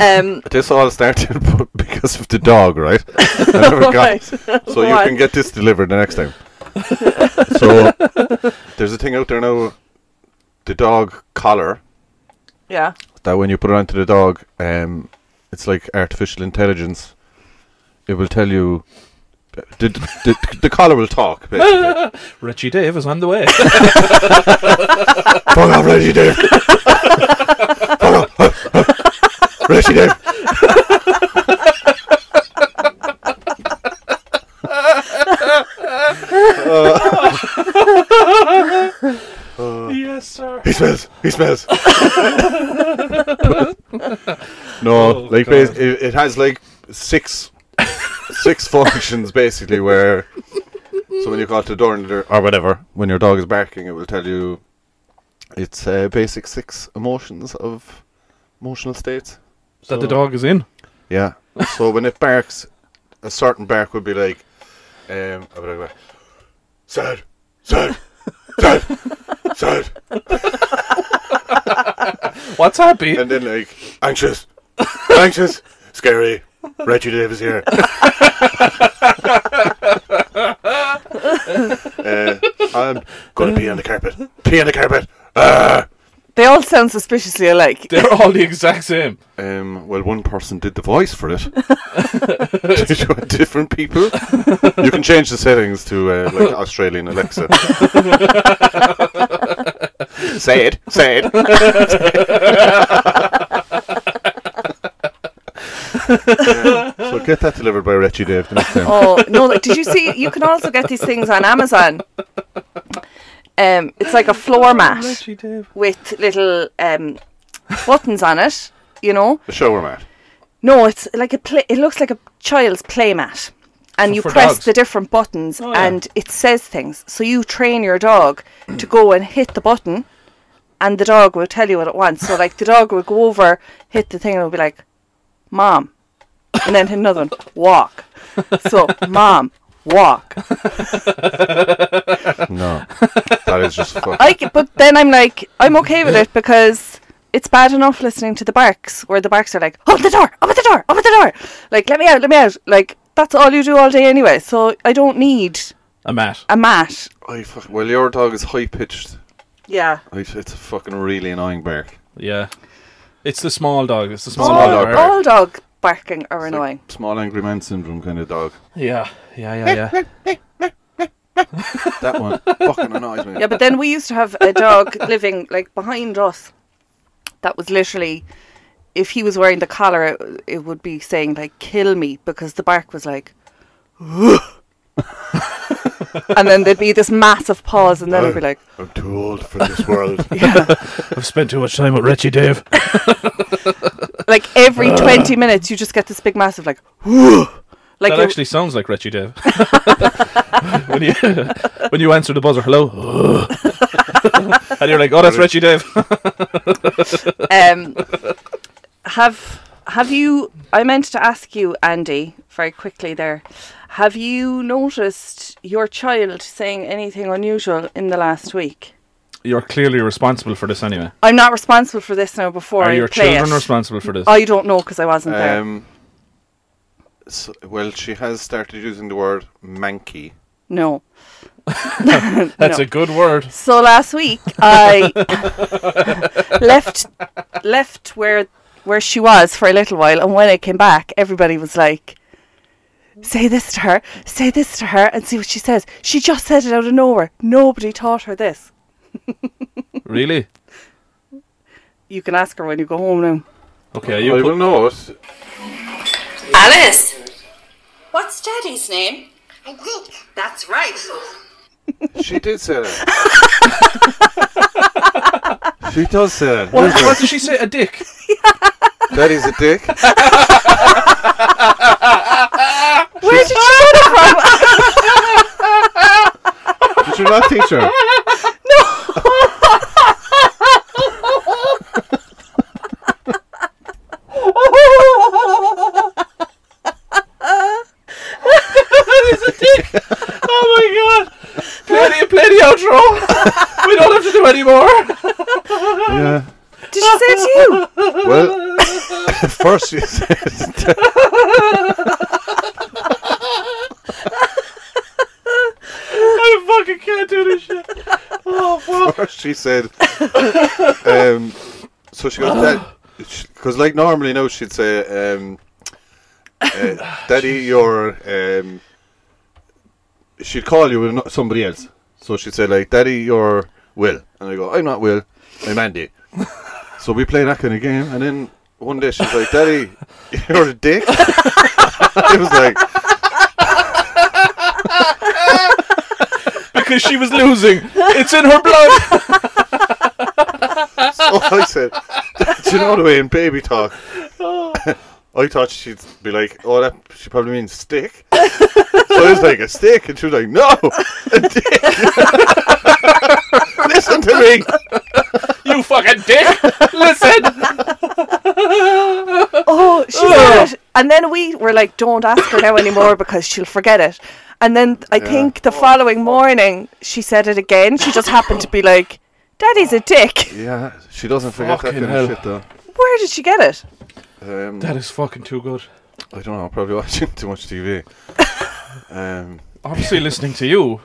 Speaker 2: Um,
Speaker 4: This all started (laughs) because of the dog, right? I never got
Speaker 2: right.
Speaker 4: So you
Speaker 2: Why?
Speaker 4: can get this delivered the next time. so there's a thing out there now, the dog collar
Speaker 2: Yeah.
Speaker 4: that when you put it onto the dog, um, it's like artificial intelligence. It will tell you. The, the, the, the collar will talk. Basically.
Speaker 1: Reggie Dave is on the way.
Speaker 4: Fuck off, Reggie Dave. Fuck off, (laughs) Reggie Dave.
Speaker 1: yes, sir.
Speaker 4: He smells. He smells. no,
Speaker 1: Oh,
Speaker 4: like
Speaker 1: God.
Speaker 4: bas- it, it has like six six functions basically where so when you go out the door and there- or whatever when your dog is barking it will tell you it's uh, basic six emotions of emotional states.
Speaker 1: That the dog is in.
Speaker 4: Yeah. So when it barks, a certain bark would be like, um, I would go, sad, sad, sad, sad.
Speaker 1: What's happy?
Speaker 4: and then like anxious, (laughs) anxious, scary. Reggie Davis here. uh, I'm gonna pee on the carpet. Pee on the carpet. Ah!
Speaker 2: They all sound suspiciously
Speaker 1: (laughs)
Speaker 2: alike.
Speaker 1: They're all the exact same.
Speaker 4: Um, well, one person did the voice for it. (laughs) Did you want different people? You can change the settings to uh, like Australian Alexa. (laughs) say it. Say it. Yeah, (laughs) So get that delivered by Richie Dave the next time. (laughs)
Speaker 2: Oh no! Like, did you see? You can also get these things on Amazon. Um, it's like a floor mat
Speaker 1: Reggie Dave.
Speaker 2: with little um, buttons on it. You know?
Speaker 4: The shower mat.
Speaker 2: No, it's like a play. It looks like a child's play mat, and
Speaker 1: For-
Speaker 2: you
Speaker 1: for
Speaker 2: press
Speaker 1: dogs. Oh,
Speaker 2: the different buttons,
Speaker 1: yeah.
Speaker 2: and it says things. So you train your dog to go and hit the button, and the dog will tell you what it wants. So like the dog will go over, hit the thing, and it'll be like, "Mom," and then hit another one, "Walk." So, "Mom." Walk.
Speaker 4: No, that is just fuck.
Speaker 2: I c- but then I'm like, I'm okay with it because it's bad enough listening to the barks where the barks are like, open the door, open the door, open the door, like let me out, let me out. Like that's all you do all day anyway, so I don't need
Speaker 1: A mat.
Speaker 2: a mat.
Speaker 4: I fuck. Well, your dog is high pitched.
Speaker 2: Yeah.
Speaker 4: It's it's a fucking really annoying bark.
Speaker 1: Yeah. It's the small dog. It's the small,
Speaker 2: All,
Speaker 1: dog.
Speaker 4: dog.
Speaker 2: all dog barking are annoying.
Speaker 4: Small angry man syndrome kind of dog.
Speaker 1: Yeah. Yeah, yeah, yeah.
Speaker 4: That one (laughs) fucking annoys me.
Speaker 2: yeah, but then we used to have a dog (laughs) living like behind us. That was literally, if he was wearing the collar, it, it would be saying like "kill me" because the bark was like, (laughs) and then there'd be this massive pause, and then it'd be like,
Speaker 4: I'm too old for this world.
Speaker 1: I've spent too much time with Richie Dave.
Speaker 2: like every twenty minutes, you just get this big massive like, (laughs) like
Speaker 1: that
Speaker 2: it-
Speaker 1: actually sounds like Richie Dave. (laughs) when you (laughs) when you answer the buzzer, hello. (laughs) and you're like, oh, that's Richie Dave.
Speaker 2: um, have have you? I meant to ask you, Andy, very quickly there. Have you noticed your child saying anything unusual in the last week?
Speaker 1: you're clearly responsible for this anyway.
Speaker 2: I'm not responsible for this now. Before
Speaker 1: Are
Speaker 2: I
Speaker 1: your
Speaker 2: play
Speaker 1: children
Speaker 2: it.
Speaker 1: responsible for this?
Speaker 2: I don't know because I wasn't there.
Speaker 4: Um, so, well, she has started using the word manky.
Speaker 2: No.
Speaker 1: that's
Speaker 2: no.
Speaker 1: a good word.
Speaker 2: So last week I (laughs) left left where where she was for a little while, and when I came back, everybody was like, "Say this to her, say this to her, and see what she says." She just said it out of nowhere. Nobody taught her this.
Speaker 1: Really?
Speaker 2: You can ask her when you go home now.
Speaker 1: Okay,
Speaker 4: I
Speaker 1: you
Speaker 4: will
Speaker 1: put,
Speaker 4: know it.
Speaker 5: Alice! What's Daddy's name? I think. That's right.
Speaker 4: She did say that. (laughs) she does say that.
Speaker 1: what, what did she say? A dick?
Speaker 4: That is a dick.
Speaker 2: Where did you get it from?
Speaker 4: Did you not teach her?
Speaker 1: Oh (laughs) anymore.
Speaker 3: Yeah.
Speaker 2: Did she say to (laughs) you?
Speaker 4: (laughs) Well, first you said
Speaker 1: I fucking can't do this shit. Oh fuck.
Speaker 4: first she said. Um, so she goes that because like normally now she'd say, um, uh, "Daddy, you're." Um, she'd call you with no- somebody else. So she'd say like, "Daddy, you're Will," and I go, "I'm not Will, I'm Andy." (laughs) so we play that kind of game, and then one day she's like, "Daddy, (laughs) you're a dick." (laughs) it was like.
Speaker 1: Because she was losing. It's in her blood.
Speaker 4: Oh, I said, do you know the way in baby talk? I thought she'd be like, oh, that she probably means stick. so I was like, a stick? And she was like, no, a dick. (laughs) Listen to me.
Speaker 1: You fucking dick. Listen.
Speaker 2: Oh, she said it. And then we were like, don't ask her now anymore because she'll forget it. And then I think the following morning, she said it again. She just happened to be like, Daddy's a dick.
Speaker 4: Yeah, she doesn't forget
Speaker 1: Fucking
Speaker 4: that kind
Speaker 1: hell.
Speaker 4: of shit, though.
Speaker 2: Where did she get it?
Speaker 4: Um,
Speaker 1: That is fucking too good.
Speaker 4: I don't know, probably watching too much (laughs) TV. Um,
Speaker 1: Obviously listening to you.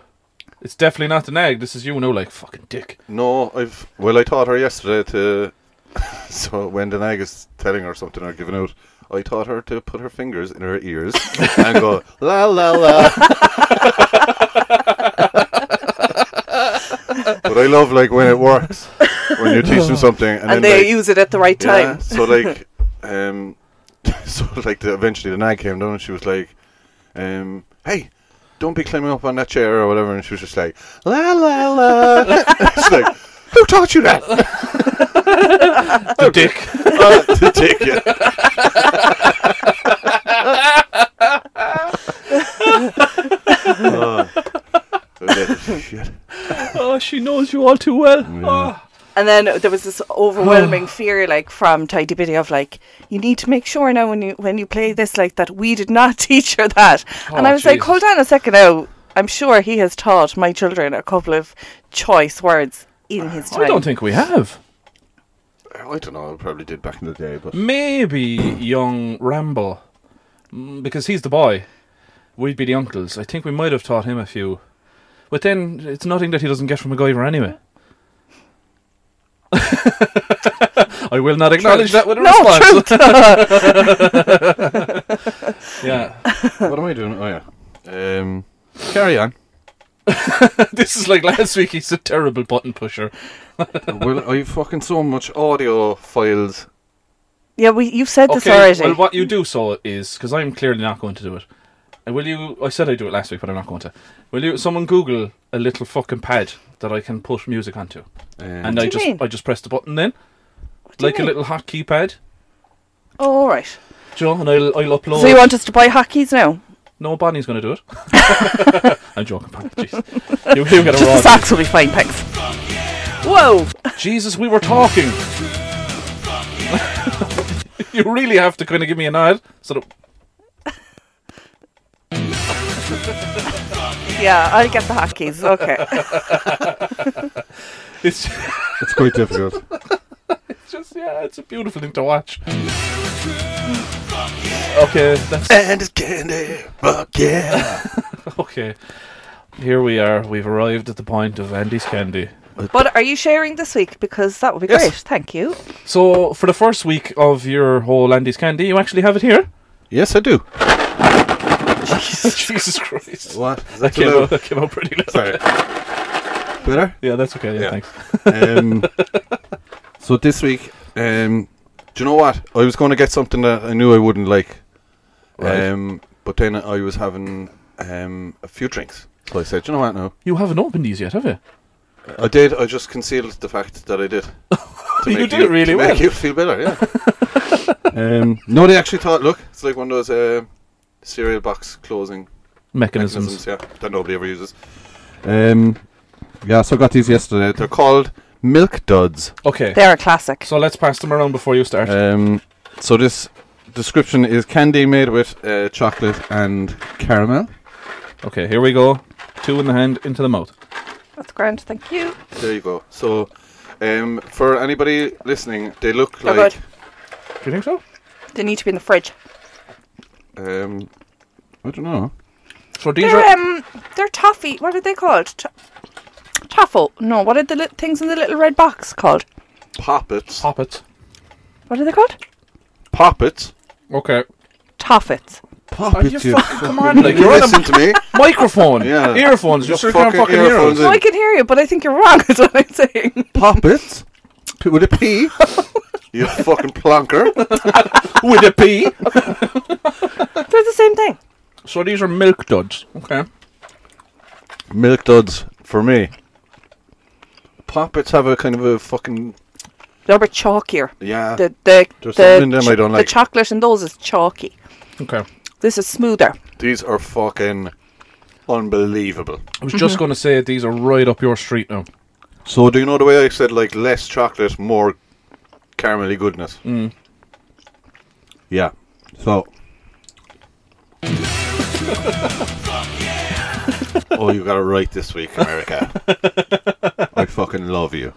Speaker 1: It's definitely not the nag. This is you now, like fucking dick.
Speaker 4: no, I've. Well, I taught her yesterday to. (laughs) so when the nag is telling her something or giving out, I taught her to put her fingers in
Speaker 2: (laughs)
Speaker 4: her ears and go, la la la. but I love like when it works when you teach them something and,
Speaker 2: And,
Speaker 4: then
Speaker 2: they
Speaker 4: like,
Speaker 2: use it at the right
Speaker 4: yeah,
Speaker 2: time.
Speaker 4: so like, um, (laughs) so like the, eventually the nag came down and she was like, um, hey, don't be climbing up on that chair or whatever. And she was just like, la la la. (laughs) It's like, who taught you that? (laughs)
Speaker 1: The dick.
Speaker 4: Uh, to take (laughs) it. Oh. (laughs) Shit.
Speaker 1: (laughs) Oh, she knows you all too well. Oh.
Speaker 2: And then there was this
Speaker 1: (sighs)
Speaker 2: overwhelming fear, like from Tidy Bitty, of like you need to make sure now when you when you play this, like that we did not (laughs) teach her that. and
Speaker 1: Oh,
Speaker 2: I was like,
Speaker 1: Jesus.
Speaker 2: hold on a second now. I'm sure he has taught my children a couple of choice words in his time.
Speaker 1: I don't think we have.
Speaker 4: I don't know. I probably did back in the day, but
Speaker 1: Maybe young Rambo, Mm, because he's the boy. We'd be the uncles. I think we might have taught him a few. But then it's nothing that he doesn't get from MacGyver anyway. (laughs) I will not acknowledge that with a response. (laughs) yeah, (laughs)
Speaker 4: what am I doing? Oh yeah. Um, carry on.
Speaker 1: this is like last week. He's a terrible button pusher.
Speaker 4: Uh, well, I've fucking so much audio files.
Speaker 2: Yeah, we you've said this
Speaker 1: Okay,
Speaker 2: already.
Speaker 1: well, what you do so is because I'm clearly not going to do it. And will you? I said I do it last week, but I'm not going to. Will you? Someone Google a little fucking pad that I can put music onto,
Speaker 4: Uh,
Speaker 1: and uh,
Speaker 2: What do
Speaker 1: I
Speaker 2: you
Speaker 1: just
Speaker 2: mean?
Speaker 1: I just press the button then,
Speaker 2: do you
Speaker 1: like a
Speaker 2: mean?
Speaker 1: little hot keypad,
Speaker 2: oh, all right.
Speaker 1: Joe, and I'll I'll upload.
Speaker 2: So you want us to buy hockeys now?
Speaker 1: no, Bonnie's going to do it.
Speaker 2: (laughs)
Speaker 1: (laughs) I'm joking, Bonnie. Jeez. You, you get a
Speaker 2: Just the
Speaker 1: raw.
Speaker 2: socks will be fine, thanks. Whoa! (laughs)
Speaker 1: Jesus, we were talking. (laughs) you really have to kind of give me a nod, so that
Speaker 2: Yeah, I'll get the
Speaker 1: (laughs)
Speaker 2: hockeys. Okay.
Speaker 1: it's.
Speaker 3: It's quite
Speaker 4: (laughs)
Speaker 3: difficult.
Speaker 1: just yeah, it's a beautiful thing to watch. Okay, that's (laughs)
Speaker 4: And it's candy. Fuck yeah.
Speaker 1: okay. Here we are. We've arrived at the point of Andy's candy.
Speaker 2: But are you sharing this week? Because that would be
Speaker 4: Yes.
Speaker 2: great. Thank you.
Speaker 1: So for the first week of your whole Andy's candy, you actually have it
Speaker 4: (laughs)
Speaker 1: here.
Speaker 4: yes, I do.
Speaker 1: Jesus Christ!
Speaker 4: What? Is
Speaker 1: That
Speaker 4: that
Speaker 1: came,
Speaker 4: too
Speaker 1: out,
Speaker 4: loud?
Speaker 1: that came out pretty loud.
Speaker 4: (laughs) Sorry. Better.
Speaker 1: Yeah, that's okay. Yeah,
Speaker 4: Yeah.
Speaker 1: thanks.
Speaker 4: Um, so this week, um, do you know what? I was going to get something that I knew I wouldn't like,
Speaker 1: Right.
Speaker 4: um, but then I was having um, a few drinks. So I said, do you know what? No,
Speaker 1: You haven't opened these yet, have you?
Speaker 4: I did. I just concealed the fact that
Speaker 3: (laughs)
Speaker 4: I did. To
Speaker 1: You
Speaker 4: make
Speaker 1: did it really
Speaker 4: to
Speaker 1: well.
Speaker 4: Make you feel better, yeah.
Speaker 3: (laughs) Um,
Speaker 4: no, they actually thought. Look, it's like one of those uh, cereal box closing
Speaker 1: Mechanisms.
Speaker 4: mechanisms, yeah, that nobody ever uses.
Speaker 3: um, yeah, so I got these yesterday.
Speaker 4: They're called milk duds.
Speaker 1: Okay.
Speaker 2: They're a classic.
Speaker 1: So let's pass them around before you start.
Speaker 4: Um,
Speaker 3: So this description is candy made with uh, chocolate and caramel.
Speaker 1: okay, here we go. Two in the hand, into the mouth.
Speaker 2: That's grand. Thank you.
Speaker 4: There you go. So, um, for anybody listening, they look
Speaker 2: They're
Speaker 4: like
Speaker 2: good.
Speaker 1: Do you think so?
Speaker 2: They need to be in the fridge.
Speaker 4: um,
Speaker 3: I don't know.
Speaker 1: So these
Speaker 2: They're
Speaker 1: are
Speaker 2: um, they're toffee. What are they called? To- Toffle. No, what are the li- things in the little red box called?
Speaker 4: poppets.
Speaker 1: poppets.
Speaker 2: What are they called?
Speaker 4: Poppets.
Speaker 1: Okay.
Speaker 2: Toffets.
Speaker 1: Are (laughs) you
Speaker 3: you
Speaker 1: fucking, come on, like you're on
Speaker 4: Listen
Speaker 1: a
Speaker 4: to
Speaker 1: (laughs)
Speaker 4: me.
Speaker 1: microphone,
Speaker 4: Yeah.
Speaker 1: earphones. You
Speaker 4: Just
Speaker 1: sure can't
Speaker 4: fucking
Speaker 1: fucking hear us.
Speaker 4: earphones
Speaker 2: No, I can hear you, but I think you're wrong. (laughs) Is what I'm saying.
Speaker 3: Poppets? P- With a P?
Speaker 4: (laughs) You fucking plonker.
Speaker 1: With a P.
Speaker 2: They're the same thing.
Speaker 1: (laughs) So these are milk duds. Okay.
Speaker 4: Milk duds for me. Poppets have a kind of a fucking
Speaker 2: They're a bit chalkier.
Speaker 4: yeah.
Speaker 2: The the
Speaker 4: There's
Speaker 2: the,
Speaker 4: something in them I don't like.
Speaker 2: the chocolate in those is chalky.
Speaker 1: Okay.
Speaker 2: This is smoother.
Speaker 4: These are fucking unbelievable.
Speaker 1: I was just going to say these are right up your street now.
Speaker 4: So do you know the way I said like less chocolate, more caramelly goodness?
Speaker 3: Yeah. So,
Speaker 4: Oh, you got it right this week, America. I fucking love you.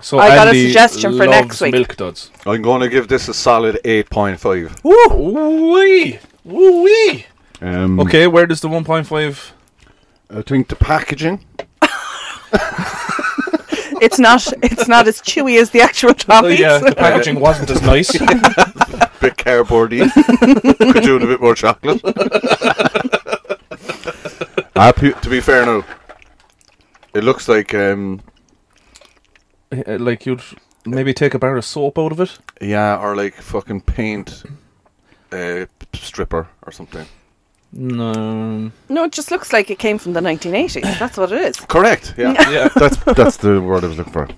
Speaker 1: So
Speaker 2: I got a
Speaker 1: Andy
Speaker 2: suggestion for
Speaker 1: loves
Speaker 2: next week.
Speaker 1: Milk duds.
Speaker 4: I'm going to give this a solid 8.5.
Speaker 1: Woo wee, woo wee.
Speaker 3: um,
Speaker 1: Okay, where does the one point five?
Speaker 4: I think the packaging.
Speaker 2: It's not (laughs) it's not as chewy as the actual
Speaker 1: Oh,
Speaker 2: toffees. (laughs)
Speaker 1: yeah, the packaging wasn't as nice. (laughs)
Speaker 4: bit cardboardy. Could do with a bit more chocolate.
Speaker 3: I pu-
Speaker 4: to be fair now, it looks like um
Speaker 1: Uh, like you'd maybe take a bar of soap out of it.
Speaker 4: yeah, or like fucking paint uh, stripper or something.
Speaker 1: No.
Speaker 2: No, it just looks like it came from the 1980s. That's what it is.
Speaker 4: Correct. Yeah. (laughs)
Speaker 1: Yeah.
Speaker 3: that's that's the word I was looking for.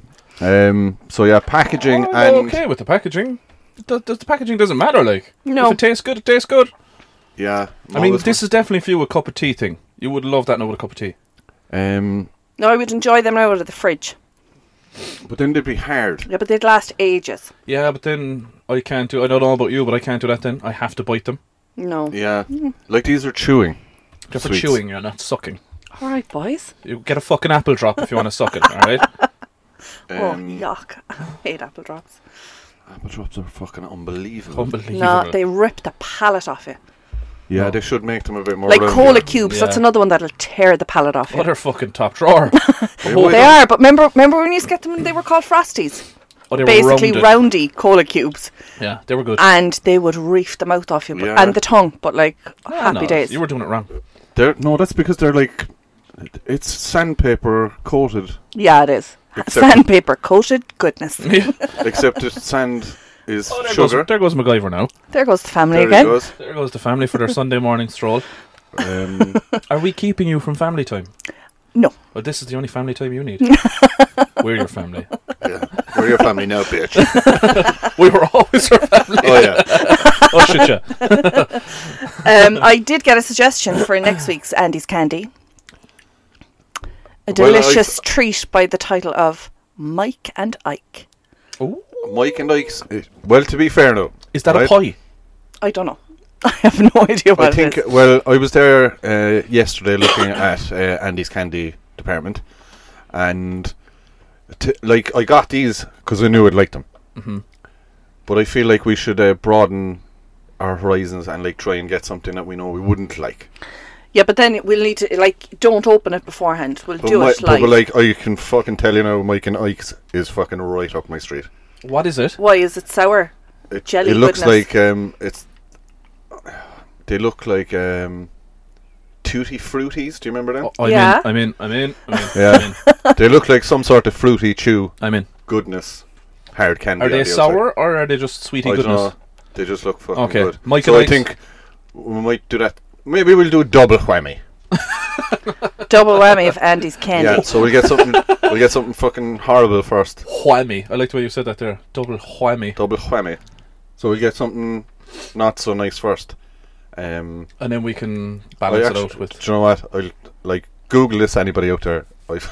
Speaker 3: Um, so yeah, packaging
Speaker 1: I'm
Speaker 3: and
Speaker 1: Oh, okay with the packaging. The, the, the packaging doesn't matter. Like,
Speaker 2: No.
Speaker 1: if it tastes good, it tastes good.
Speaker 4: Yeah.
Speaker 1: I mean, this is definitely for you a cup of tea thing. You would love that now with a cup of tea.
Speaker 4: um,
Speaker 2: No, I would enjoy them now out of the fridge.
Speaker 4: but then they'd be hard.
Speaker 2: Yeah, but they'd last ages.
Speaker 1: Yeah, but then I can't do. I don't know about you, but I can't do that. Then I have to bite them.
Speaker 2: No.
Speaker 4: Yeah. Like these are chewing.
Speaker 1: Just for
Speaker 4: Sweets.
Speaker 1: chewing, you're not sucking.
Speaker 2: All right, boys.
Speaker 1: You get a fucking apple drop if you want to suck it. All (laughs) right.
Speaker 2: oh,
Speaker 4: Um,
Speaker 2: yuck. (laughs) I hate apple drops.
Speaker 4: Apple drops Um, are fucking unbelievable.
Speaker 1: Unbelievable.
Speaker 2: No, they rip the palate off you.
Speaker 4: yeah, they should make them a bit more.
Speaker 2: Like
Speaker 4: round,
Speaker 2: cola
Speaker 4: yeah.
Speaker 2: cubes, that's
Speaker 1: Yeah.
Speaker 2: another one that'll tear the palate off you.
Speaker 1: What are fucking top
Speaker 2: (laughs)
Speaker 1: drawer?
Speaker 4: Oh,
Speaker 2: They are, but remember remember when you used to get them and they were called Frosties?
Speaker 1: Oh, they were
Speaker 2: Basically
Speaker 1: rounded.
Speaker 2: Ah, roundy cola cubes.
Speaker 1: Yeah, they were good.
Speaker 2: And they would reef the mouth off you but,
Speaker 4: Yeah.
Speaker 2: and the tongue, but like
Speaker 1: Ah,
Speaker 2: happy
Speaker 1: no,
Speaker 2: days.
Speaker 1: You were doing it wrong.
Speaker 4: They're
Speaker 3: no, that's because they're like it's sandpaper coated.
Speaker 2: yeah, it is. (laughs)
Speaker 4: Except-
Speaker 2: Sandpaper coated, goodness.
Speaker 1: Yeah.
Speaker 4: except the sand is
Speaker 1: Oh, there,
Speaker 4: sugar.
Speaker 1: Goes, there goes MacGyver now.
Speaker 2: There goes the family
Speaker 4: There
Speaker 2: again.
Speaker 4: he goes.
Speaker 1: There goes the family for their Sunday morning stroll.
Speaker 4: Um,
Speaker 1: Are we keeping you from family time?
Speaker 2: No.
Speaker 1: Well, this is the only family time you
Speaker 2: (laughs)
Speaker 1: need. We're your family.
Speaker 4: yeah. We're your family now, bitch.
Speaker 1: We were (laughs) always your family.
Speaker 4: (laughs)
Speaker 1: (laughs)
Speaker 4: Oh yeah.
Speaker 1: Oh, shit,
Speaker 2: (laughs)
Speaker 1: yeah.
Speaker 2: Um, I did get a suggestion for
Speaker 4: (coughs)
Speaker 2: next week's Andy's Candy. A
Speaker 4: Well, I-
Speaker 2: delicious treat by the title of Mike and Ike.
Speaker 1: Ooh.
Speaker 4: Mike and Ike's. Eh, Well, to be fair though,
Speaker 1: Is that
Speaker 4: right?
Speaker 1: a pie?
Speaker 2: I don't know. (laughs) I have no idea what
Speaker 4: I
Speaker 2: it
Speaker 4: think.
Speaker 2: is.
Speaker 4: Well, I was there uh, yesterday looking (coughs) at uh, Andy's candy department, and t- like I got these because I knew I'd like them. But I feel like we should uh, broaden our horizons and like try and get something that we know we wouldn't like.
Speaker 2: Yeah, but then it- we'll need to like don't open it beforehand. We'll
Speaker 4: But,
Speaker 2: do
Speaker 4: Mi-
Speaker 2: it
Speaker 4: but,
Speaker 2: live.
Speaker 4: like I can fucking tell you now, Mike and Ike's is fucking right up my street.
Speaker 1: What is it?
Speaker 2: Why is it sour?
Speaker 4: It,
Speaker 2: Jelly
Speaker 4: it looks
Speaker 2: goodness.
Speaker 4: like um, it's. They look like um, tutti fruities. Do you remember them?
Speaker 1: I'm
Speaker 2: Yeah.
Speaker 1: in. I'm in. I'm in. I'm in. I'm in.
Speaker 4: Yeah,
Speaker 2: Oh.
Speaker 4: they look like some sort of fruity chew
Speaker 1: I'm in.
Speaker 4: goodness. Hard candy.
Speaker 1: Are
Speaker 4: on
Speaker 1: they
Speaker 4: (laughs) the outside.
Speaker 1: sour or are they just sweetie
Speaker 4: I don't
Speaker 1: goodness?
Speaker 4: know. They just look fucking
Speaker 1: Okay,
Speaker 4: good.
Speaker 1: Mike
Speaker 4: so
Speaker 1: and
Speaker 4: I
Speaker 1: Ike's-
Speaker 4: think we might do that. Maybe we'll do a double whammy.
Speaker 2: Double whammy of Andy's candy.
Speaker 4: (laughs) Yeah. So we'll get something. we'll get something fucking horrible first.
Speaker 1: Whammy. I like the way you said that there. Double whammy.
Speaker 4: Double whammy. So we'll get something not so nice first. Um,
Speaker 1: And then we can
Speaker 4: I
Speaker 1: balance it
Speaker 4: actu-
Speaker 1: out with.
Speaker 4: Do you know what? I'll like Google this. Anybody out there? (laughs) I've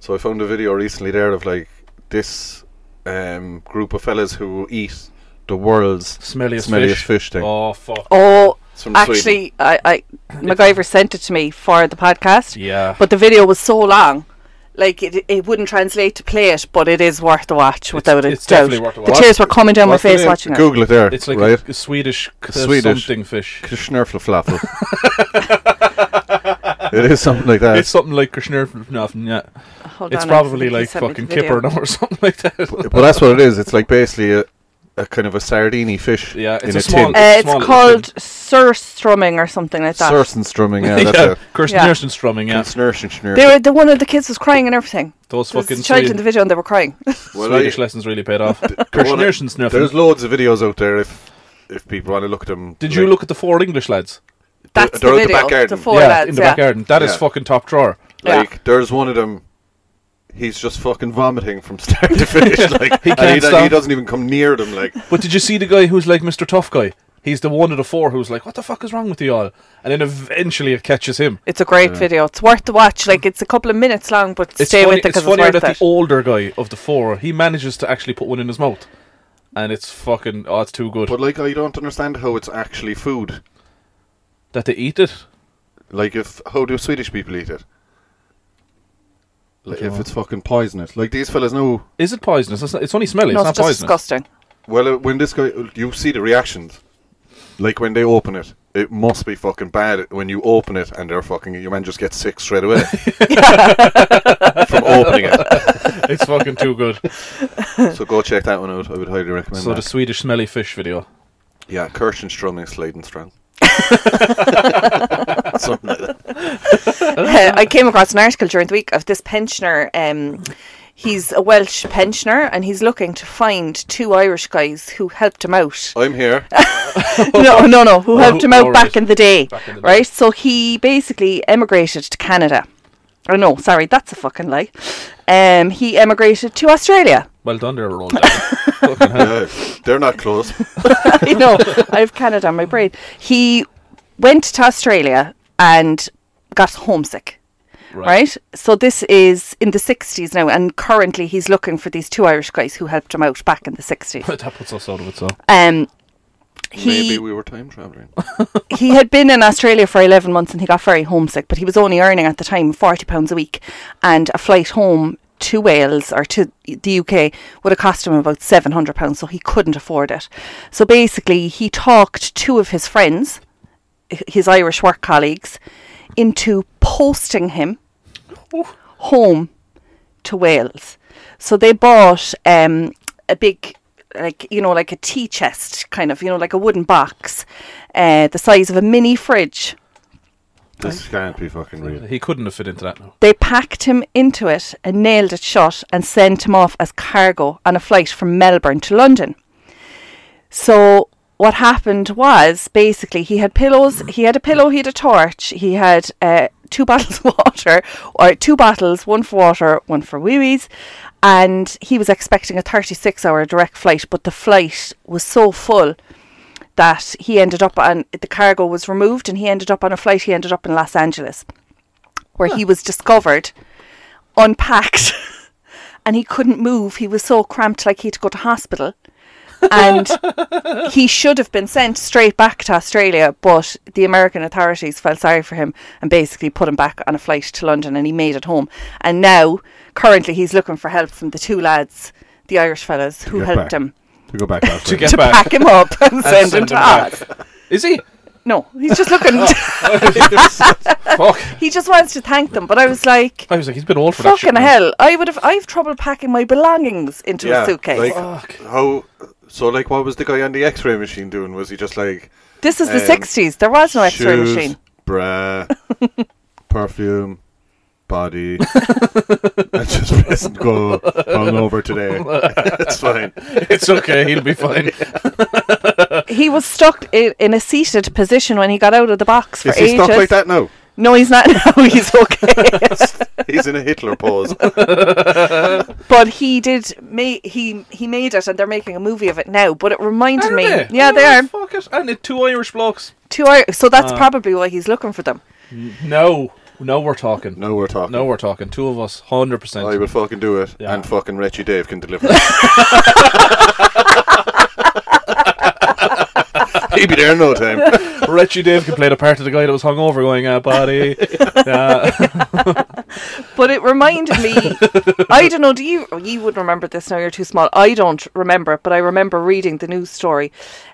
Speaker 4: so I found a video recently there of like this um, group of fellas who eat the world's
Speaker 1: Smelliest,
Speaker 4: smelliest
Speaker 1: fish.
Speaker 4: fish thing.
Speaker 1: Oh, fuck.
Speaker 2: Oh,
Speaker 4: It's from Sweden.
Speaker 2: actually, I, I MacGyver sent it to me for the podcast.
Speaker 1: Yeah.
Speaker 2: But the video was so long Like it, it wouldn't translate to play it, but it is worth the watch without a
Speaker 1: it's
Speaker 2: doubt.
Speaker 1: definitely worth a
Speaker 2: The
Speaker 1: watch.
Speaker 2: tears were coming down my
Speaker 4: What's the
Speaker 2: face
Speaker 4: name?
Speaker 2: watching it.
Speaker 4: Google it there.
Speaker 1: It's like
Speaker 4: right.
Speaker 1: a, a Swedish, k-
Speaker 4: Swedish.
Speaker 1: something fish. (laughs)
Speaker 4: Schnurfleflaffle. it is something like that.
Speaker 1: It's something like Krishnir. Nothing. Yeah,
Speaker 2: Hold
Speaker 1: it's
Speaker 2: on, I
Speaker 1: probably
Speaker 2: think he
Speaker 1: like
Speaker 2: sent me the
Speaker 1: fucking
Speaker 2: video.
Speaker 1: kipper
Speaker 2: Uh,
Speaker 1: now or (laughs) something like that.
Speaker 4: but that's what it is. It's like basically a, a kind of a sardini fish.
Speaker 1: Yeah, it's
Speaker 4: in
Speaker 1: a
Speaker 4: a,
Speaker 1: small-
Speaker 4: tin.
Speaker 2: Uh,
Speaker 1: It's small
Speaker 2: it's called surstrumming or something like that.
Speaker 4: Sursen strumming. Yeah,
Speaker 1: (laughs)
Speaker 4: that's
Speaker 1: yeah,
Speaker 4: it.
Speaker 1: Krishnir's and strumming. Yeah,
Speaker 4: Snursen schnurf.
Speaker 2: They were the one of the kids was crying and everything.
Speaker 1: those
Speaker 2: There was
Speaker 1: fucking
Speaker 2: a child in the
Speaker 1: Swedish,
Speaker 2: video and they were crying. (laughs)
Speaker 4: Well,
Speaker 1: Swedish
Speaker 4: I-
Speaker 1: lessons really paid
Speaker 4: (laughs)
Speaker 1: off.
Speaker 4: well, I-
Speaker 1: Krishnir's and
Speaker 4: There's
Speaker 1: snuffing.
Speaker 4: loads of videos out there if if people want to look at them.
Speaker 1: Did you
Speaker 4: Like,
Speaker 1: look at the four English lads?
Speaker 2: That's
Speaker 4: they're
Speaker 2: the
Speaker 4: out the
Speaker 2: video.
Speaker 4: back garden.
Speaker 2: four
Speaker 1: yeah,
Speaker 2: lads.
Speaker 1: in the
Speaker 2: yeah.
Speaker 1: back garden. That is
Speaker 4: Yeah.
Speaker 1: fucking top drawer.
Speaker 2: Yeah.
Speaker 4: Like there's one of them. He's just fucking vomiting from (laughs) start to
Speaker 1: (laughs)
Speaker 4: finish. Like he,
Speaker 1: can't
Speaker 4: and he,
Speaker 1: stop.
Speaker 4: he doesn't even come near them. Like
Speaker 1: But did you see the guy who's like Mr. Tough Guy? He's the one of the four who's like, "What the fuck is wrong with you all?" And then eventually it catches him.
Speaker 2: It's a great video. It's worth the watch. Like it's a couple of minutes long, but
Speaker 1: It's
Speaker 2: stay
Speaker 1: funny,
Speaker 2: with it
Speaker 1: it's
Speaker 2: because it's,
Speaker 1: funnier
Speaker 2: worth
Speaker 1: that
Speaker 2: it.
Speaker 1: the older guy of the four he manages to actually put one in his mouth, and it's fucking oh, it's too good
Speaker 4: But like, I don't understand how it's actually food.
Speaker 1: that they eat it.
Speaker 4: Like, if how do Swedish people eat it? Like, if
Speaker 1: Dunno.
Speaker 4: it's fucking poisonous. Like these fellas know.
Speaker 1: Is it poisonous? It's, not, it's only smelly.
Speaker 2: no,
Speaker 1: it's
Speaker 2: it's
Speaker 1: not
Speaker 2: just
Speaker 1: poisonous.
Speaker 2: disgusting.
Speaker 4: Well, uh, when this guy, you see the reactions. Like when they open it, it must be fucking bad when you open it and they're fucking. Your man just gets sick straight
Speaker 2: (laughs)
Speaker 4: away from opening it.
Speaker 1: it's fucking too
Speaker 4: (laughs)
Speaker 1: good.
Speaker 4: So go check that one out. I would highly recommend.
Speaker 1: so the
Speaker 4: that.
Speaker 1: Swedish smelly fish video.
Speaker 4: yeah, Kirchenstrumming
Speaker 2: (laughs)
Speaker 4: Sladenstrand. Something like that.
Speaker 2: Uh, (laughs) I came across an article during the week of this pensioner. Um, he's a Welsh pensioner and he's looking to find two Irish guys who helped
Speaker 1: (laughs)
Speaker 2: him out. (laughs)
Speaker 4: I'm here.
Speaker 2: no, no, no, who helped
Speaker 1: who-
Speaker 2: him
Speaker 1: oh,
Speaker 2: out
Speaker 1: right.
Speaker 2: back in the day,
Speaker 1: Back in the day.
Speaker 2: right? So he basically emigrated to Canada. Oh no, sorry, that's a fucking lie. Um, he emigrated to Australia.
Speaker 1: Well done there,
Speaker 2: (laughs)
Speaker 1: Roland. fucking hell.
Speaker 4: Yeah, they're not close.
Speaker 2: (laughs) I know. I have Canada on my brain. He went to Australia and got homesick. Right. So this is in the 60s now, and currently he's looking for these two Irish guys who helped him out back in the 60s.
Speaker 1: that puts us out of it. So
Speaker 2: Um, he
Speaker 4: Maybe we were time traveling.
Speaker 2: (laughs) he had been in Australia for 11 months and he got very homesick, but he was only earning at the time £40 a week, and a flight home to Wales or to the UK would have cost him about £700, so he couldn't afford it. So basically, he talked two of his friends, h- his Irish work colleagues, into posting him home to Wales. So they bought um, a big, like you know, like a tea chest kind of, you know, like a wooden box, uh, the size of a mini fridge.
Speaker 4: This can't be fucking real.
Speaker 1: he couldn't have fit into that. No.
Speaker 2: They packed him into it and nailed it shut and sent him off as cargo on a flight from Melbourne to London. So what happened was basically he had pillows, he had a pillow, he had a torch, he had uh, two (laughs) bottles of water, or two bottles, one for water, one for wee-wees, and he was expecting a 36-hour direct flight, but the flight was so full that he ended up on the cargo was removed and he ended up on a flight he ended up in Los Angeles where he was discovered unpacked (laughs) and he couldn't move he was so cramped like he had to go to hospital and he should have been sent straight back to Australia but the American authorities felt sorry for him and basically put him back on a flight to London and he made it home and now currently he's looking for help from the two lads the Irish fellas who
Speaker 4: get
Speaker 2: helped
Speaker 4: back.
Speaker 2: him
Speaker 4: To go back last
Speaker 1: To
Speaker 4: week.
Speaker 1: get
Speaker 2: to
Speaker 1: back.
Speaker 2: pack him up
Speaker 1: (laughs)
Speaker 2: and send him
Speaker 1: send
Speaker 2: to
Speaker 1: him back.
Speaker 2: us
Speaker 1: Is
Speaker 2: (laughs)
Speaker 1: he?
Speaker 2: no he's just
Speaker 4: (laughs)
Speaker 2: looking (laughs)
Speaker 1: Fuck.
Speaker 2: he just wants to thank them but I was like
Speaker 1: I was like, he's been old for that. shit, man.
Speaker 2: Fucking hell! I would have. I have trouble packing my belongings into a suitcase.
Speaker 4: Like,
Speaker 1: Fuck.
Speaker 4: How? So, like, what was the guy on the X-ray machine doing? Was he just like
Speaker 2: this is the
Speaker 4: um,
Speaker 2: '60s. There was no X-ray
Speaker 4: shoes,
Speaker 2: machine. (laughs)
Speaker 4: bra, perfume, body? Let's just press and go on
Speaker 1: (laughs)
Speaker 4: over today. it's fine.
Speaker 1: It's okay. He'll be
Speaker 4: (laughs)
Speaker 1: fine.
Speaker 2: He was stuck in, in a seated position when he got out of the box for
Speaker 4: Is he
Speaker 2: ages.
Speaker 4: stuck like that now?
Speaker 2: No, he's not (laughs) now.
Speaker 4: (laughs)
Speaker 2: He's okay.
Speaker 4: He's in a Hitler pose.
Speaker 2: but he did. Ma- he he made it, and they're making a movie of it now. But it reminded
Speaker 1: Are
Speaker 2: me.
Speaker 1: they?
Speaker 2: Yeah, they
Speaker 1: Oh,
Speaker 2: are
Speaker 1: Fuck it. And it, two Irish blokes.
Speaker 2: two. Are, so that's
Speaker 4: Ah.
Speaker 2: probably why he's looking for them.
Speaker 1: No, no, we're talking.
Speaker 4: No, we're talking.
Speaker 1: No, we're talking. Two of us, hundred
Speaker 4: I
Speaker 1: percent.
Speaker 4: will fucking do it,
Speaker 1: Yeah.
Speaker 4: and fucking Retchy Dave
Speaker 1: (laughs)
Speaker 4: can deliver. it. He'd be there in no time.
Speaker 1: (laughs) "Ah,
Speaker 2: (laughs)
Speaker 1: Richie Dave can play the part of the guy that was hung over, going, uh, "Buddy, yeah,
Speaker 2: But it reminded me. I don't know. Do you? oh, You would remember this now. You're too small. I don't remember it, but I remember reading the news story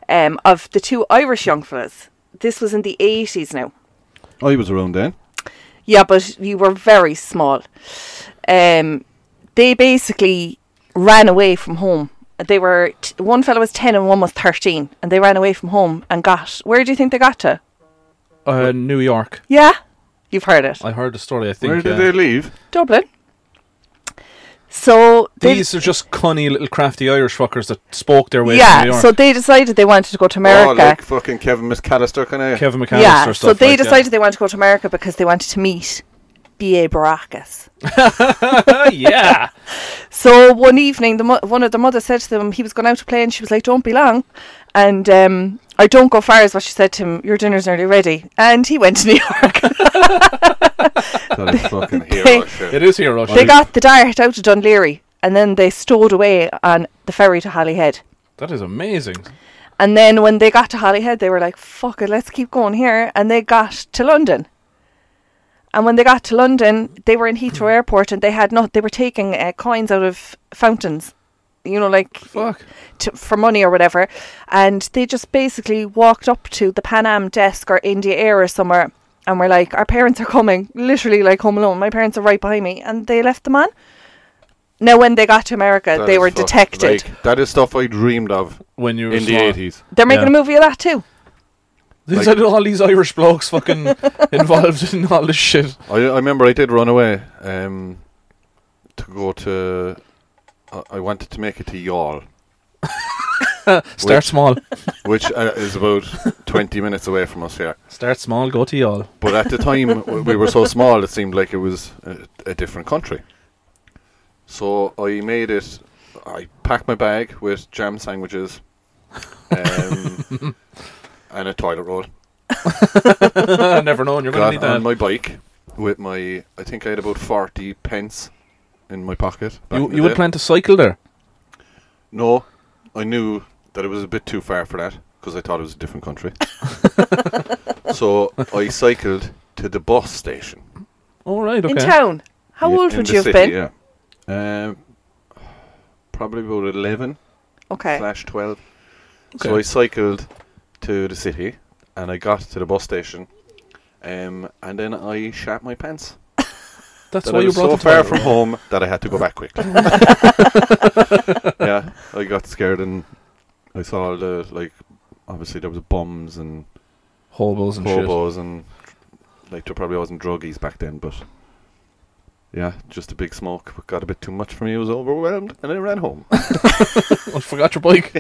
Speaker 2: um, of the two Irish young fellas. This was in the eighties now.
Speaker 4: I was around then.
Speaker 2: Yeah, but you were very small. Um, they basically ran away from home. They were t- one fellow was ten and one was thirteen, and they ran away from home and got. Where do you think they got to?
Speaker 1: Uh, New York.
Speaker 2: Yeah, you've heard it.
Speaker 1: I heard the story. I think.
Speaker 4: Where did
Speaker 1: uh,
Speaker 4: they leave?
Speaker 2: Dublin. So they,
Speaker 1: These are just cunny little crafty Irish fuckers that spoke their way to New
Speaker 2: yeah,
Speaker 1: York.
Speaker 2: so they decided they wanted to go to America.
Speaker 6: Oh, like fucking Kevin McAllister, kind of.
Speaker 1: Kevin McAllister
Speaker 2: yeah,
Speaker 1: stuff.
Speaker 2: so they
Speaker 1: like, yeah.
Speaker 2: decided they wanted to go to America because they wanted to meet B.A. Baracus.
Speaker 1: Ah, (laughs) yeah.
Speaker 2: So one evening, the mo- one of the mothers said to them, he was going out to play, and she was like, "Don't be long," and um, I don't go far is what she said to him. Your dinner's nearly ready, and he went to New York.
Speaker 4: That is
Speaker 2: (laughs)
Speaker 4: fucking
Speaker 6: Hero
Speaker 2: They-
Speaker 6: shit.
Speaker 1: It is here, Russia.
Speaker 2: they got the dart out of Dunleary, and then they stowed away on the ferry to Holyhead.
Speaker 1: that is amazing.
Speaker 2: And then when they got to Holyhead, they were like, fuck it, let's keep going here. And they got to London. And when they got to London, they were in Heathrow Airport and they had not, they were taking uh, coins out of fountains, you know, like
Speaker 1: Fuck.
Speaker 2: to, for money or whatever. And they just basically walked up to the Pan Am desk or India Air or somewhere and were like, our parents are coming, (laughs) literally like Home Alone. My parents are right behind me. And they left the man. Now, when they got to America,
Speaker 6: That
Speaker 2: they
Speaker 6: is
Speaker 2: were
Speaker 6: fuck-
Speaker 2: detected.
Speaker 6: like,
Speaker 4: That is stuff I dreamed of
Speaker 1: When you were
Speaker 4: in the
Speaker 1: small.
Speaker 4: eighties.
Speaker 2: They're making
Speaker 1: yeah.
Speaker 2: a movie of that too.
Speaker 1: These
Speaker 6: Like-
Speaker 1: are all these Irish blokes
Speaker 4: (laughs)
Speaker 1: fucking involved in all this shit.
Speaker 4: I, I remember I did run away um, to go to. I- I wanted to make it to Yall,
Speaker 1: Start small.
Speaker 4: which uh,
Speaker 2: (laughs)
Speaker 4: is about twenty minutes away from us here.
Speaker 1: Start small, go to (laughs) y'all.
Speaker 4: But at the time, w- we were so small, it seemed like it was a, a different country. So I made it. I packed my bag with jam sandwiches um, and a toilet roll.
Speaker 1: Never known you're going to
Speaker 4: Got
Speaker 1: need that.
Speaker 4: on my bike with my. I think I had about 40 pence in my pocket. back in
Speaker 1: you
Speaker 4: the
Speaker 1: you would
Speaker 4: day.
Speaker 1: plan to cycle there.
Speaker 4: No, I knew that it was a bit too far for that because I thought it was a
Speaker 1: (laughs)
Speaker 4: different country. so I cycled to the bus station.
Speaker 1: All right, okay.
Speaker 2: in town. How
Speaker 4: Yeah,
Speaker 2: old
Speaker 4: in
Speaker 2: would
Speaker 4: the
Speaker 2: you have
Speaker 4: city,
Speaker 2: been?
Speaker 4: Yeah. Um, probably about 11
Speaker 2: Okay.
Speaker 4: slash 12.
Speaker 1: Okay.
Speaker 4: So I cycled to the city and I got to the bus station um, and then I shat my pants.
Speaker 1: That's
Speaker 4: That
Speaker 1: why
Speaker 4: I
Speaker 1: you
Speaker 4: was
Speaker 1: brought
Speaker 4: so
Speaker 1: the
Speaker 4: far
Speaker 1: toilet
Speaker 4: from
Speaker 1: roll.
Speaker 4: home that I had to go back quickly. yeah, I got scared and I saw all the, like, obviously there was bums and
Speaker 1: (laughs) hobos and
Speaker 4: hobos and, like, there probably wasn't druggies back then, but yeah, just a big smoke. Got a bit too much for me, I was overwhelmed, and I ran home. (laughs) I
Speaker 1: shit. I forgot your
Speaker 4: (laughs)
Speaker 1: bike.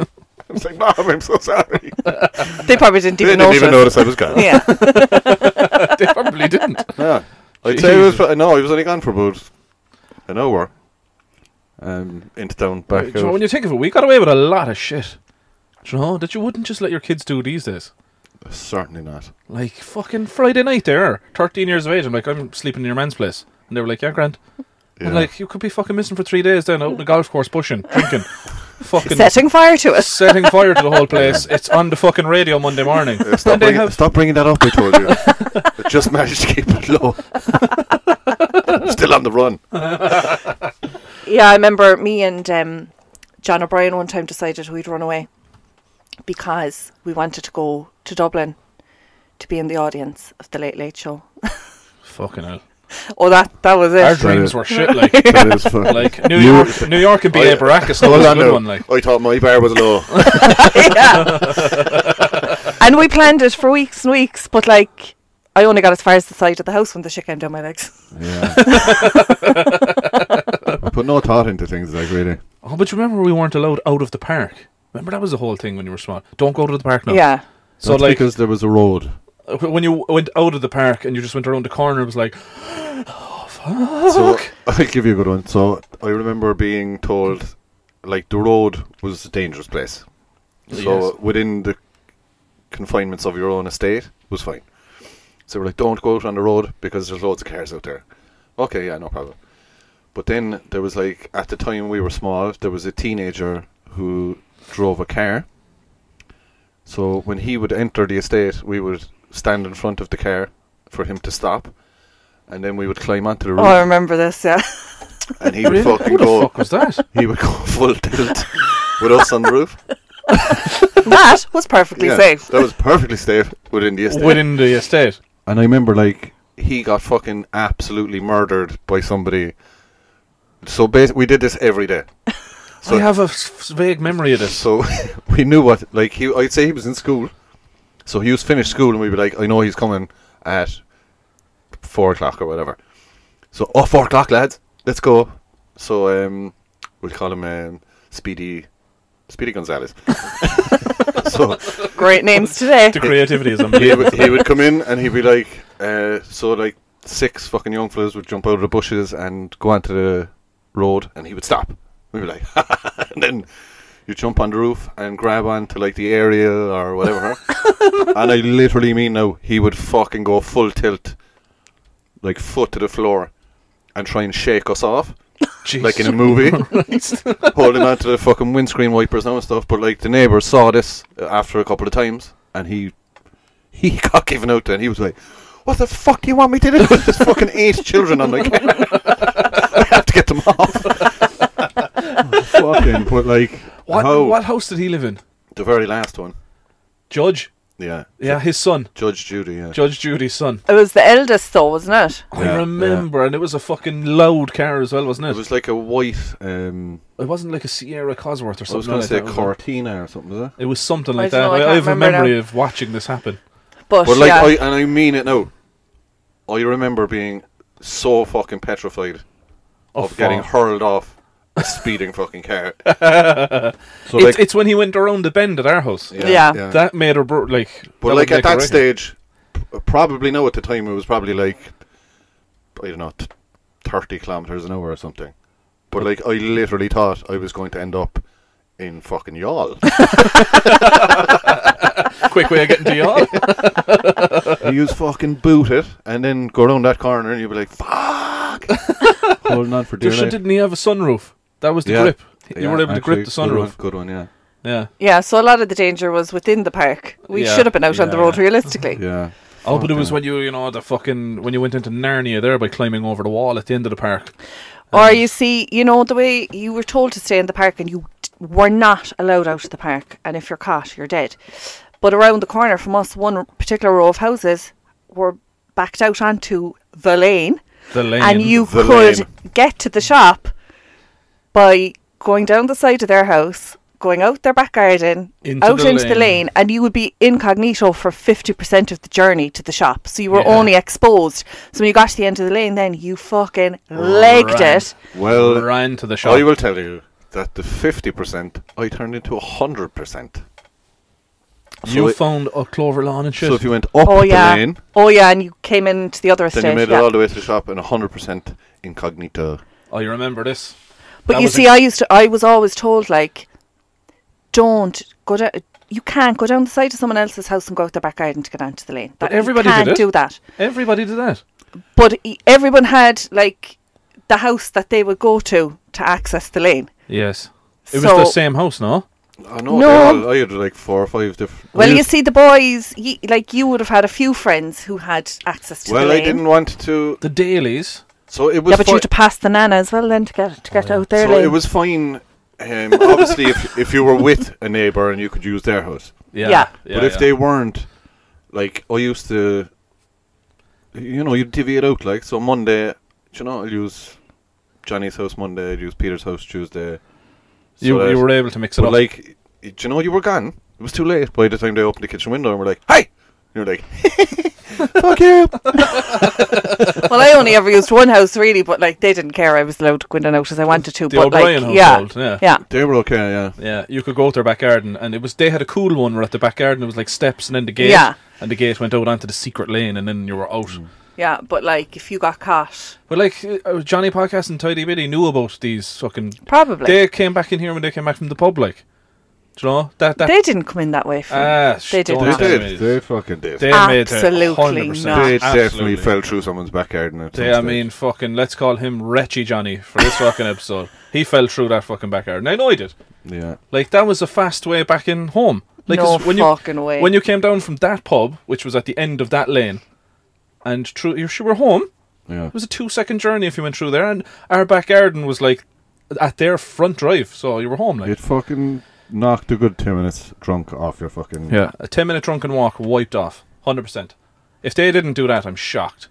Speaker 4: was like, Mom, I'm so sorry.
Speaker 2: They probably (laughs) didn't
Speaker 4: They
Speaker 2: even
Speaker 4: didn't
Speaker 2: notice.
Speaker 4: even notice I was
Speaker 1: (laughs)
Speaker 4: gone. (laughs)
Speaker 2: yeah.
Speaker 1: they probably didn't.
Speaker 4: Yeah. I'd say it was, pro- no, I was only gone for about an hour. Um, into town,
Speaker 1: Do
Speaker 4: back
Speaker 1: you know,
Speaker 4: out.
Speaker 1: when you think of it, we got away with a lot of shit. Do you know that you wouldn't just let your kids do these days?
Speaker 4: Certainly not.
Speaker 1: Like fucking Friday night, there, thirteen years of age. I'm like, I'm sleeping in your man's place, and they were like, Yeah, grand. I'm
Speaker 4: Yeah.
Speaker 1: like, you could be fucking missing for three days then out on the golf course pushing,
Speaker 4: (laughs)
Speaker 1: drinking, fucking
Speaker 2: Setting fire to
Speaker 1: (laughs)
Speaker 2: it.
Speaker 1: setting fire to the whole place. It's on the fucking radio Monday morning.
Speaker 4: Stop
Speaker 1: And they
Speaker 4: bringing,
Speaker 1: have
Speaker 4: stop bringing that up, I told you. I just managed to keep it (laughs) low. Still on the run.
Speaker 2: Yeah, I remember me and um, John O'Brien one time decided we'd run away because we wanted to go to Dublin to be in the audience of the Late Late Show.
Speaker 1: fucking hell.
Speaker 2: Oh, that that was it.
Speaker 1: Our dreams were shit.
Speaker 4: (laughs)
Speaker 1: Like,
Speaker 4: That is fun.
Speaker 1: like New
Speaker 4: You-
Speaker 1: York, New York and B.A.
Speaker 6: I-
Speaker 1: Baracus. That
Speaker 6: Hold
Speaker 1: was a
Speaker 6: on
Speaker 1: good
Speaker 6: now.
Speaker 1: one. Like,
Speaker 6: I thought my bar was low.
Speaker 2: (laughs) yeah. and we planned it for weeks and weeks, but like. I only got as far as the side of the house when the shit came down my legs.
Speaker 4: (laughs) Yeah. I put no thought into things like really.
Speaker 1: oh, but you remember we weren't allowed out of the park. Remember that was the whole thing when you were small. Don't go to the park now.
Speaker 2: Yeah.
Speaker 1: So
Speaker 4: That's
Speaker 1: like
Speaker 4: because there was a road.
Speaker 1: uh, when you went out of the park and you just went around the corner, it was like,
Speaker 4: So (laughs) I'll give you a good one. So I remember being told, like the road was a dangerous place. So
Speaker 1: Yes.
Speaker 4: within the confinements of your own estate was fine. So we're like, don't go out on the road because there's loads of cars out there. Okay, yeah, no problem. But then there was like at the time we were small, there was a teenager who drove a car. So when he would enter the estate, we would stand in front of the car for him to stop, and then we would climb onto the
Speaker 2: Oh, I
Speaker 4: roof,
Speaker 2: remember this. Yeah. (laughs)
Speaker 4: and he would
Speaker 1: Really?
Speaker 4: fucking
Speaker 1: Who the
Speaker 4: go.
Speaker 1: fuck was that?
Speaker 4: (laughs) He would go full tilt with us on
Speaker 1: (laughs)
Speaker 4: the roof.
Speaker 2: that was perfectly
Speaker 4: Yeah,
Speaker 2: safe.
Speaker 4: That was perfectly safe within the estate.
Speaker 1: Within the estate.
Speaker 4: And I remember like he got fucking absolutely murdered by somebody. So basically, we did this every day. So-
Speaker 1: I have a s- vague memory of this.
Speaker 4: So (laughs) we knew what like he. I'd say he was in school. So he was finished school, and we'd be like, I know he's coming at four o'clock or whatever. So oh, four o'clock, lads, let's go. So um, we'll call him um, Speedy, Speedy Gonzalez. (laughs) so
Speaker 2: Great names today.
Speaker 1: The creativity
Speaker 4: (laughs)
Speaker 1: is
Speaker 4: he
Speaker 1: unbelievable.
Speaker 4: would, he would come in and he'd be like, uh, so like six fucking young fellas would jump out of the bushes and go onto the road, and he would stop. We'd be like, (laughs) and then you jump on the roof and grab onto like the aerial or whatever. and I literally mean now, he would fucking go full tilt, like foot to the floor, and try and shake us off
Speaker 1: Jeez.
Speaker 4: like in a movie, (laughs) holding onto the fucking windscreen wipers now and stuff. But like the neighbour saw this uh, after a couple of times, and he he (laughs) got given out. Then he was like, "What the fuck do you want me to do (laughs) with this fucking eight children?" I'm (laughs) like, "I have to get them
Speaker 1: (laughs)
Speaker 4: off."
Speaker 3: fucking, but like,
Speaker 1: what,
Speaker 4: how-
Speaker 1: what house did he live in?
Speaker 4: The very last one,
Speaker 1: Judge?
Speaker 4: yeah,
Speaker 1: Yeah, his son.
Speaker 4: Judge Judy, yeah.
Speaker 1: Judge Judy's son.
Speaker 2: It was the eldest, though, wasn't it?
Speaker 1: I
Speaker 4: Yeah,
Speaker 1: remember, and it was a fucking loud car as well, wasn't it?
Speaker 4: it was like a white. Um,
Speaker 1: It wasn't like a Sierra Cosworth or
Speaker 4: I was
Speaker 1: something like
Speaker 4: going to say
Speaker 1: that. was it?
Speaker 4: Cortina or something, was it?
Speaker 1: It was something like
Speaker 2: I
Speaker 1: that.
Speaker 2: don't know, I
Speaker 1: I, I
Speaker 2: can't
Speaker 1: have a
Speaker 2: remember
Speaker 1: memory
Speaker 2: now.
Speaker 1: of watching this happen.
Speaker 2: But,
Speaker 4: But like,
Speaker 2: yeah,
Speaker 4: I, and I mean it now. I remember being so fucking petrified
Speaker 1: Oh,
Speaker 4: of getting
Speaker 1: fuck.
Speaker 4: hurled off a
Speaker 1: (laughs)
Speaker 4: speeding fucking car. so
Speaker 1: It's, it's when he went around the bend at our house.
Speaker 2: Yeah.
Speaker 1: That made her bro- like.
Speaker 4: But
Speaker 1: that would make
Speaker 4: like at
Speaker 1: her
Speaker 4: that
Speaker 1: reckon.
Speaker 4: stage, p- probably now at the time it was probably like I don't know, t- thirty kilometers an hour or something. But like I literally thought I was going to end up in
Speaker 1: (laughs)
Speaker 4: fucking Yall.
Speaker 1: quick way of getting
Speaker 4: (laughs)
Speaker 1: to y'all.
Speaker 4: you was fucking boot it and then go around that corner and you'd be
Speaker 1: (laughs)
Speaker 4: like, "Fuck!"
Speaker 3: holding on for dear
Speaker 1: Just
Speaker 3: life.
Speaker 1: didn't he have a sunroof? That was the
Speaker 4: Yeah.
Speaker 1: grip. You were
Speaker 4: Yeah,
Speaker 1: able to grip the
Speaker 4: actually, good one,
Speaker 1: sunroof.
Speaker 4: Good one, yeah,
Speaker 1: Yeah.
Speaker 2: yeah, so a lot of the danger was within the park. We
Speaker 1: Yeah,
Speaker 2: should have been out on the
Speaker 1: yeah,
Speaker 2: road,
Speaker 1: yeah.
Speaker 2: realistically.
Speaker 4: (laughs) yeah.
Speaker 1: Oh, but it was
Speaker 4: yeah.
Speaker 1: when you, you know, the fucking when you went into Narnia there by climbing over the wall at the end of the park.
Speaker 2: Or you see, you know, the way you were told to stay in the park and you d- were not allowed out of the park, and if you're caught, you're dead. But around the corner from us, one particular row of houses were backed out onto the lane,
Speaker 1: The lane.
Speaker 2: and you
Speaker 4: the
Speaker 2: could
Speaker 4: lane.
Speaker 2: get to the shop by going down the side of their house, going out their back garden,
Speaker 1: Into
Speaker 2: out
Speaker 1: the
Speaker 2: into the
Speaker 1: lane.
Speaker 2: lane, and you would be incognito for 50% of the journey to the shop. So you were
Speaker 1: Yeah.
Speaker 2: only exposed. So when you got to the end of the lane, then you fucking legged
Speaker 1: Ran.
Speaker 2: it.
Speaker 4: Well,
Speaker 1: ran to the shop.
Speaker 4: I will tell Oh, you that the fifty percent I turned into hundred percent.
Speaker 1: you
Speaker 4: so it-
Speaker 1: found a clover lawn and shit.
Speaker 4: So if you went up
Speaker 2: Oh
Speaker 4: the
Speaker 2: yeah.
Speaker 4: lane,
Speaker 2: Oh yeah, and you came into the other
Speaker 4: then
Speaker 2: estate.
Speaker 4: you made
Speaker 2: yeah.
Speaker 4: it all the way to the shop in hundred percent incognito.
Speaker 1: oh, you remember this?
Speaker 2: but
Speaker 1: that
Speaker 2: you
Speaker 1: was
Speaker 2: see, I used to. I was always told like, don't go down. You can't go down the side of someone else's house and go out their back garden to get onto the lane.
Speaker 1: But
Speaker 2: you
Speaker 1: everybody did
Speaker 2: can't
Speaker 1: it.
Speaker 2: do that.
Speaker 1: Everybody did that.
Speaker 2: But e- everyone had like the house that they would go to to access the lane.
Speaker 1: Yes. It was
Speaker 2: So-
Speaker 1: the same house, no?
Speaker 4: I know.
Speaker 2: No.
Speaker 4: they're all- I had like four or five different.
Speaker 2: Well, you see, the boys, ye, like you would have had a few friends who had access to
Speaker 4: well,
Speaker 2: the
Speaker 4: I
Speaker 2: lane.
Speaker 4: didn't want to.
Speaker 1: The dailies.
Speaker 4: So it was.
Speaker 2: Yeah, but you
Speaker 4: fi-
Speaker 2: had to pass the nana as well then to get to get out there.
Speaker 4: so it was fine. Um, obviously, if if you were with a neighbor and you could use their house,
Speaker 1: Yeah.
Speaker 2: Yeah.
Speaker 4: but if
Speaker 1: yeah.
Speaker 4: they weren't, like I used to, you know, you divvy it out. Like so, Monday, do you know, I'll use Johnny's house Monday. I'll use Peter's house Tuesday. So
Speaker 1: you,
Speaker 4: that-
Speaker 1: you were able to mix it
Speaker 4: But
Speaker 1: up.
Speaker 4: like, do you know you were gone? It was too late by the time they opened the kitchen window and were like, "Hey," you're like, (laughs) "Fuck you."
Speaker 2: well, I only ever used one house really, but like they didn't care. I was allowed to go in and out as I wanted to.
Speaker 1: The
Speaker 2: but
Speaker 1: O'Brien
Speaker 2: like,
Speaker 1: household, yeah.
Speaker 2: yeah, yeah,
Speaker 4: They were okay, yeah.
Speaker 1: Yeah, you could go out their back garden, and it was they had a cool one where at the back garden it was like steps and then the gate,
Speaker 2: Yeah.
Speaker 1: and the gate went out onto the secret lane, and then you were out.
Speaker 4: Mm.
Speaker 2: yeah. But like, if you got caught,
Speaker 1: But like uh, Johnny Podcast and Tidy Biddy knew about these fucking.
Speaker 2: probably
Speaker 1: They came back in here when they came back from the pub, like, do you know that that.
Speaker 2: they didn't come in that way. From
Speaker 1: ah, sh-
Speaker 2: They did
Speaker 1: don't
Speaker 2: not.
Speaker 1: tell
Speaker 4: They
Speaker 1: me
Speaker 4: did.
Speaker 1: this.
Speaker 3: They fucking did.
Speaker 1: They
Speaker 2: Absolutely
Speaker 1: made it 100%.
Speaker 2: not.
Speaker 4: They
Speaker 1: Absolutely.
Speaker 4: definitely fell through someone's back garden. At some
Speaker 1: They, I
Speaker 4: stage.
Speaker 1: mean, fucking. Let's call him Retchy Johnny for this fucking episode. He fell through that fucking back garden. I know he did.
Speaker 4: yeah.
Speaker 1: Like that was a fast way back in home. Like
Speaker 2: No
Speaker 1: it's- when you,
Speaker 2: fucking way.
Speaker 1: When you came down from that pub, which was at the end of that lane, and through you sure were home,
Speaker 3: Yeah.
Speaker 1: It was a two second journey if you went through there, and our back garden was like at their front drive, so you were home like.
Speaker 3: It fucking knocked a good 10 minutes drunk off your fucking.
Speaker 1: A 10 minute drunken walk wiped off, 100%. If they didn't do that, I'm shocked.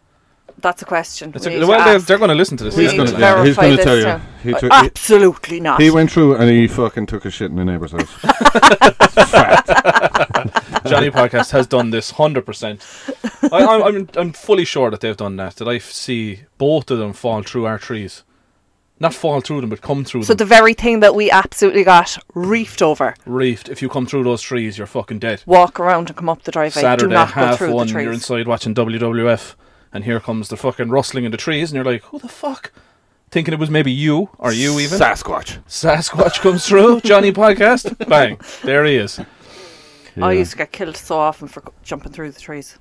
Speaker 2: That's a question.
Speaker 1: It's
Speaker 2: we
Speaker 1: a,
Speaker 2: need to
Speaker 1: well, they're,
Speaker 2: ask.
Speaker 1: they're going to listen to this.
Speaker 2: We
Speaker 1: He's
Speaker 2: need
Speaker 1: gonna-
Speaker 2: to
Speaker 3: yeah,
Speaker 2: verify
Speaker 3: he's gonna
Speaker 2: this
Speaker 3: tell you.
Speaker 2: now.
Speaker 3: He took- he-
Speaker 2: Absolutely not.
Speaker 3: He went through and he fucking took a shit in the neighbour's house.
Speaker 1: Johnny Podcast has done this 100%. I, I'm, I'm, I'm fully sure that they've done that, that I f- see both of them fall through our trees. Not fall through them, but come through
Speaker 2: so
Speaker 1: them.
Speaker 2: the very thing that we absolutely got reefed over,
Speaker 1: Reefed. If you come through those trees, you're fucking dead.
Speaker 2: walk around and come up the driveway. do
Speaker 1: Saturday,
Speaker 2: not go
Speaker 1: half
Speaker 2: through
Speaker 1: one,
Speaker 2: the
Speaker 1: you're
Speaker 2: trees.
Speaker 1: inside watching WWF, and here comes the fucking rustling in the trees, and you're like, who the fuck? Thinking it was maybe you, or you even.
Speaker 4: Sasquatch.
Speaker 1: Sasquatch comes through, Johnny Podcast, bang, there he is.
Speaker 2: I
Speaker 3: Yeah.
Speaker 2: used to get killed so often for c- jumping through the trees.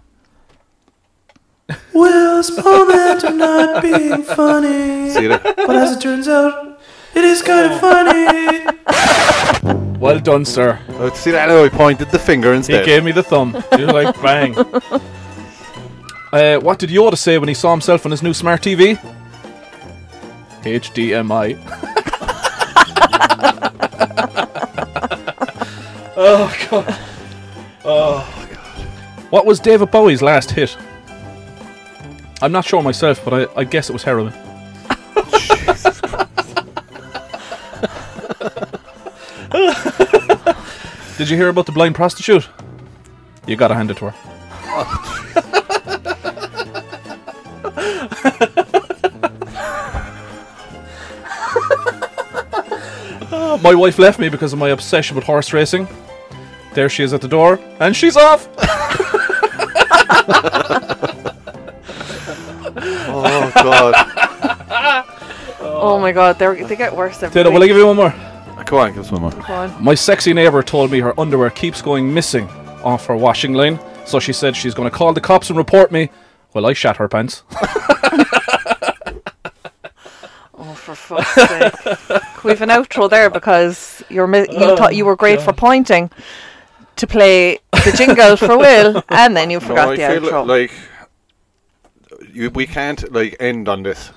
Speaker 7: Will's moment of not being funny.
Speaker 4: (laughs) See you there.
Speaker 7: But as it turns out, it is kind of funny.
Speaker 1: Well done, sir.
Speaker 4: Oh, see that? Oh, he pointed the finger
Speaker 1: He
Speaker 4: instead.
Speaker 1: gave me the thumb. He was like, bang. Uh, what did Yoda say when he saw himself on his new smart TV? HDMI. (laughs) oh, God. Oh, God. Oh, What was David Bowie's last hit? I'm not sure myself, but I, I guess it was heroin. Did you hear about the blind prostitute? You gotta hand it to her. Oh, (laughs) my wife left me because of my obsession with horse racing. There she is at the door, and she's off!
Speaker 4: Oh God!
Speaker 2: Oh, my god, they're, they get worse every
Speaker 1: Did it? Will I
Speaker 2: week.
Speaker 1: give you one more?
Speaker 4: Come on, give us one more.
Speaker 2: Go on.
Speaker 1: My sexy neighbour told me her underwear keeps going missing off her washing line, so she said she's going to call the cops and report me. Well, I shat her pants. (laughs)
Speaker 2: Oh, for fuck's sake. Can we have an outro there because you're mi- you thought you were great for pointing to play the jingle for Will, and then you forgot
Speaker 4: I
Speaker 2: the
Speaker 4: feel
Speaker 2: outro.
Speaker 4: like you, we can't like end on this.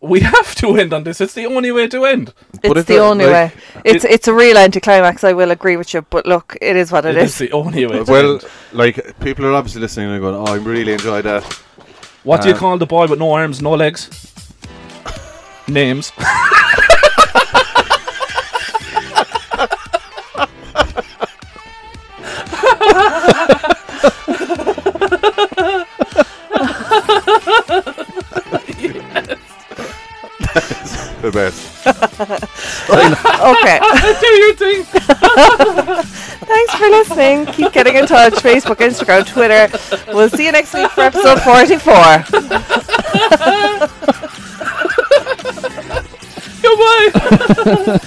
Speaker 1: We have to end on this. It's the only way to end.
Speaker 4: But
Speaker 2: It's
Speaker 4: if
Speaker 2: the
Speaker 4: it-
Speaker 2: only
Speaker 4: like,
Speaker 2: way. It's it's a real anticlimax. I will agree with you, but look, it is what
Speaker 1: it is. the only way. to
Speaker 4: well,
Speaker 1: end.
Speaker 4: like people are obviously listening and going, "Oh, I really enjoyed that."
Speaker 1: what do you
Speaker 4: uh,
Speaker 1: call the boy with no arms, no legs? Names.
Speaker 4: The best.
Speaker 2: Okay.
Speaker 1: Do your thing.
Speaker 2: Thanks for listening. Keep getting in touch. Facebook, Instagram, Twitter. We'll see you next week for episode 44.
Speaker 1: Goodbye.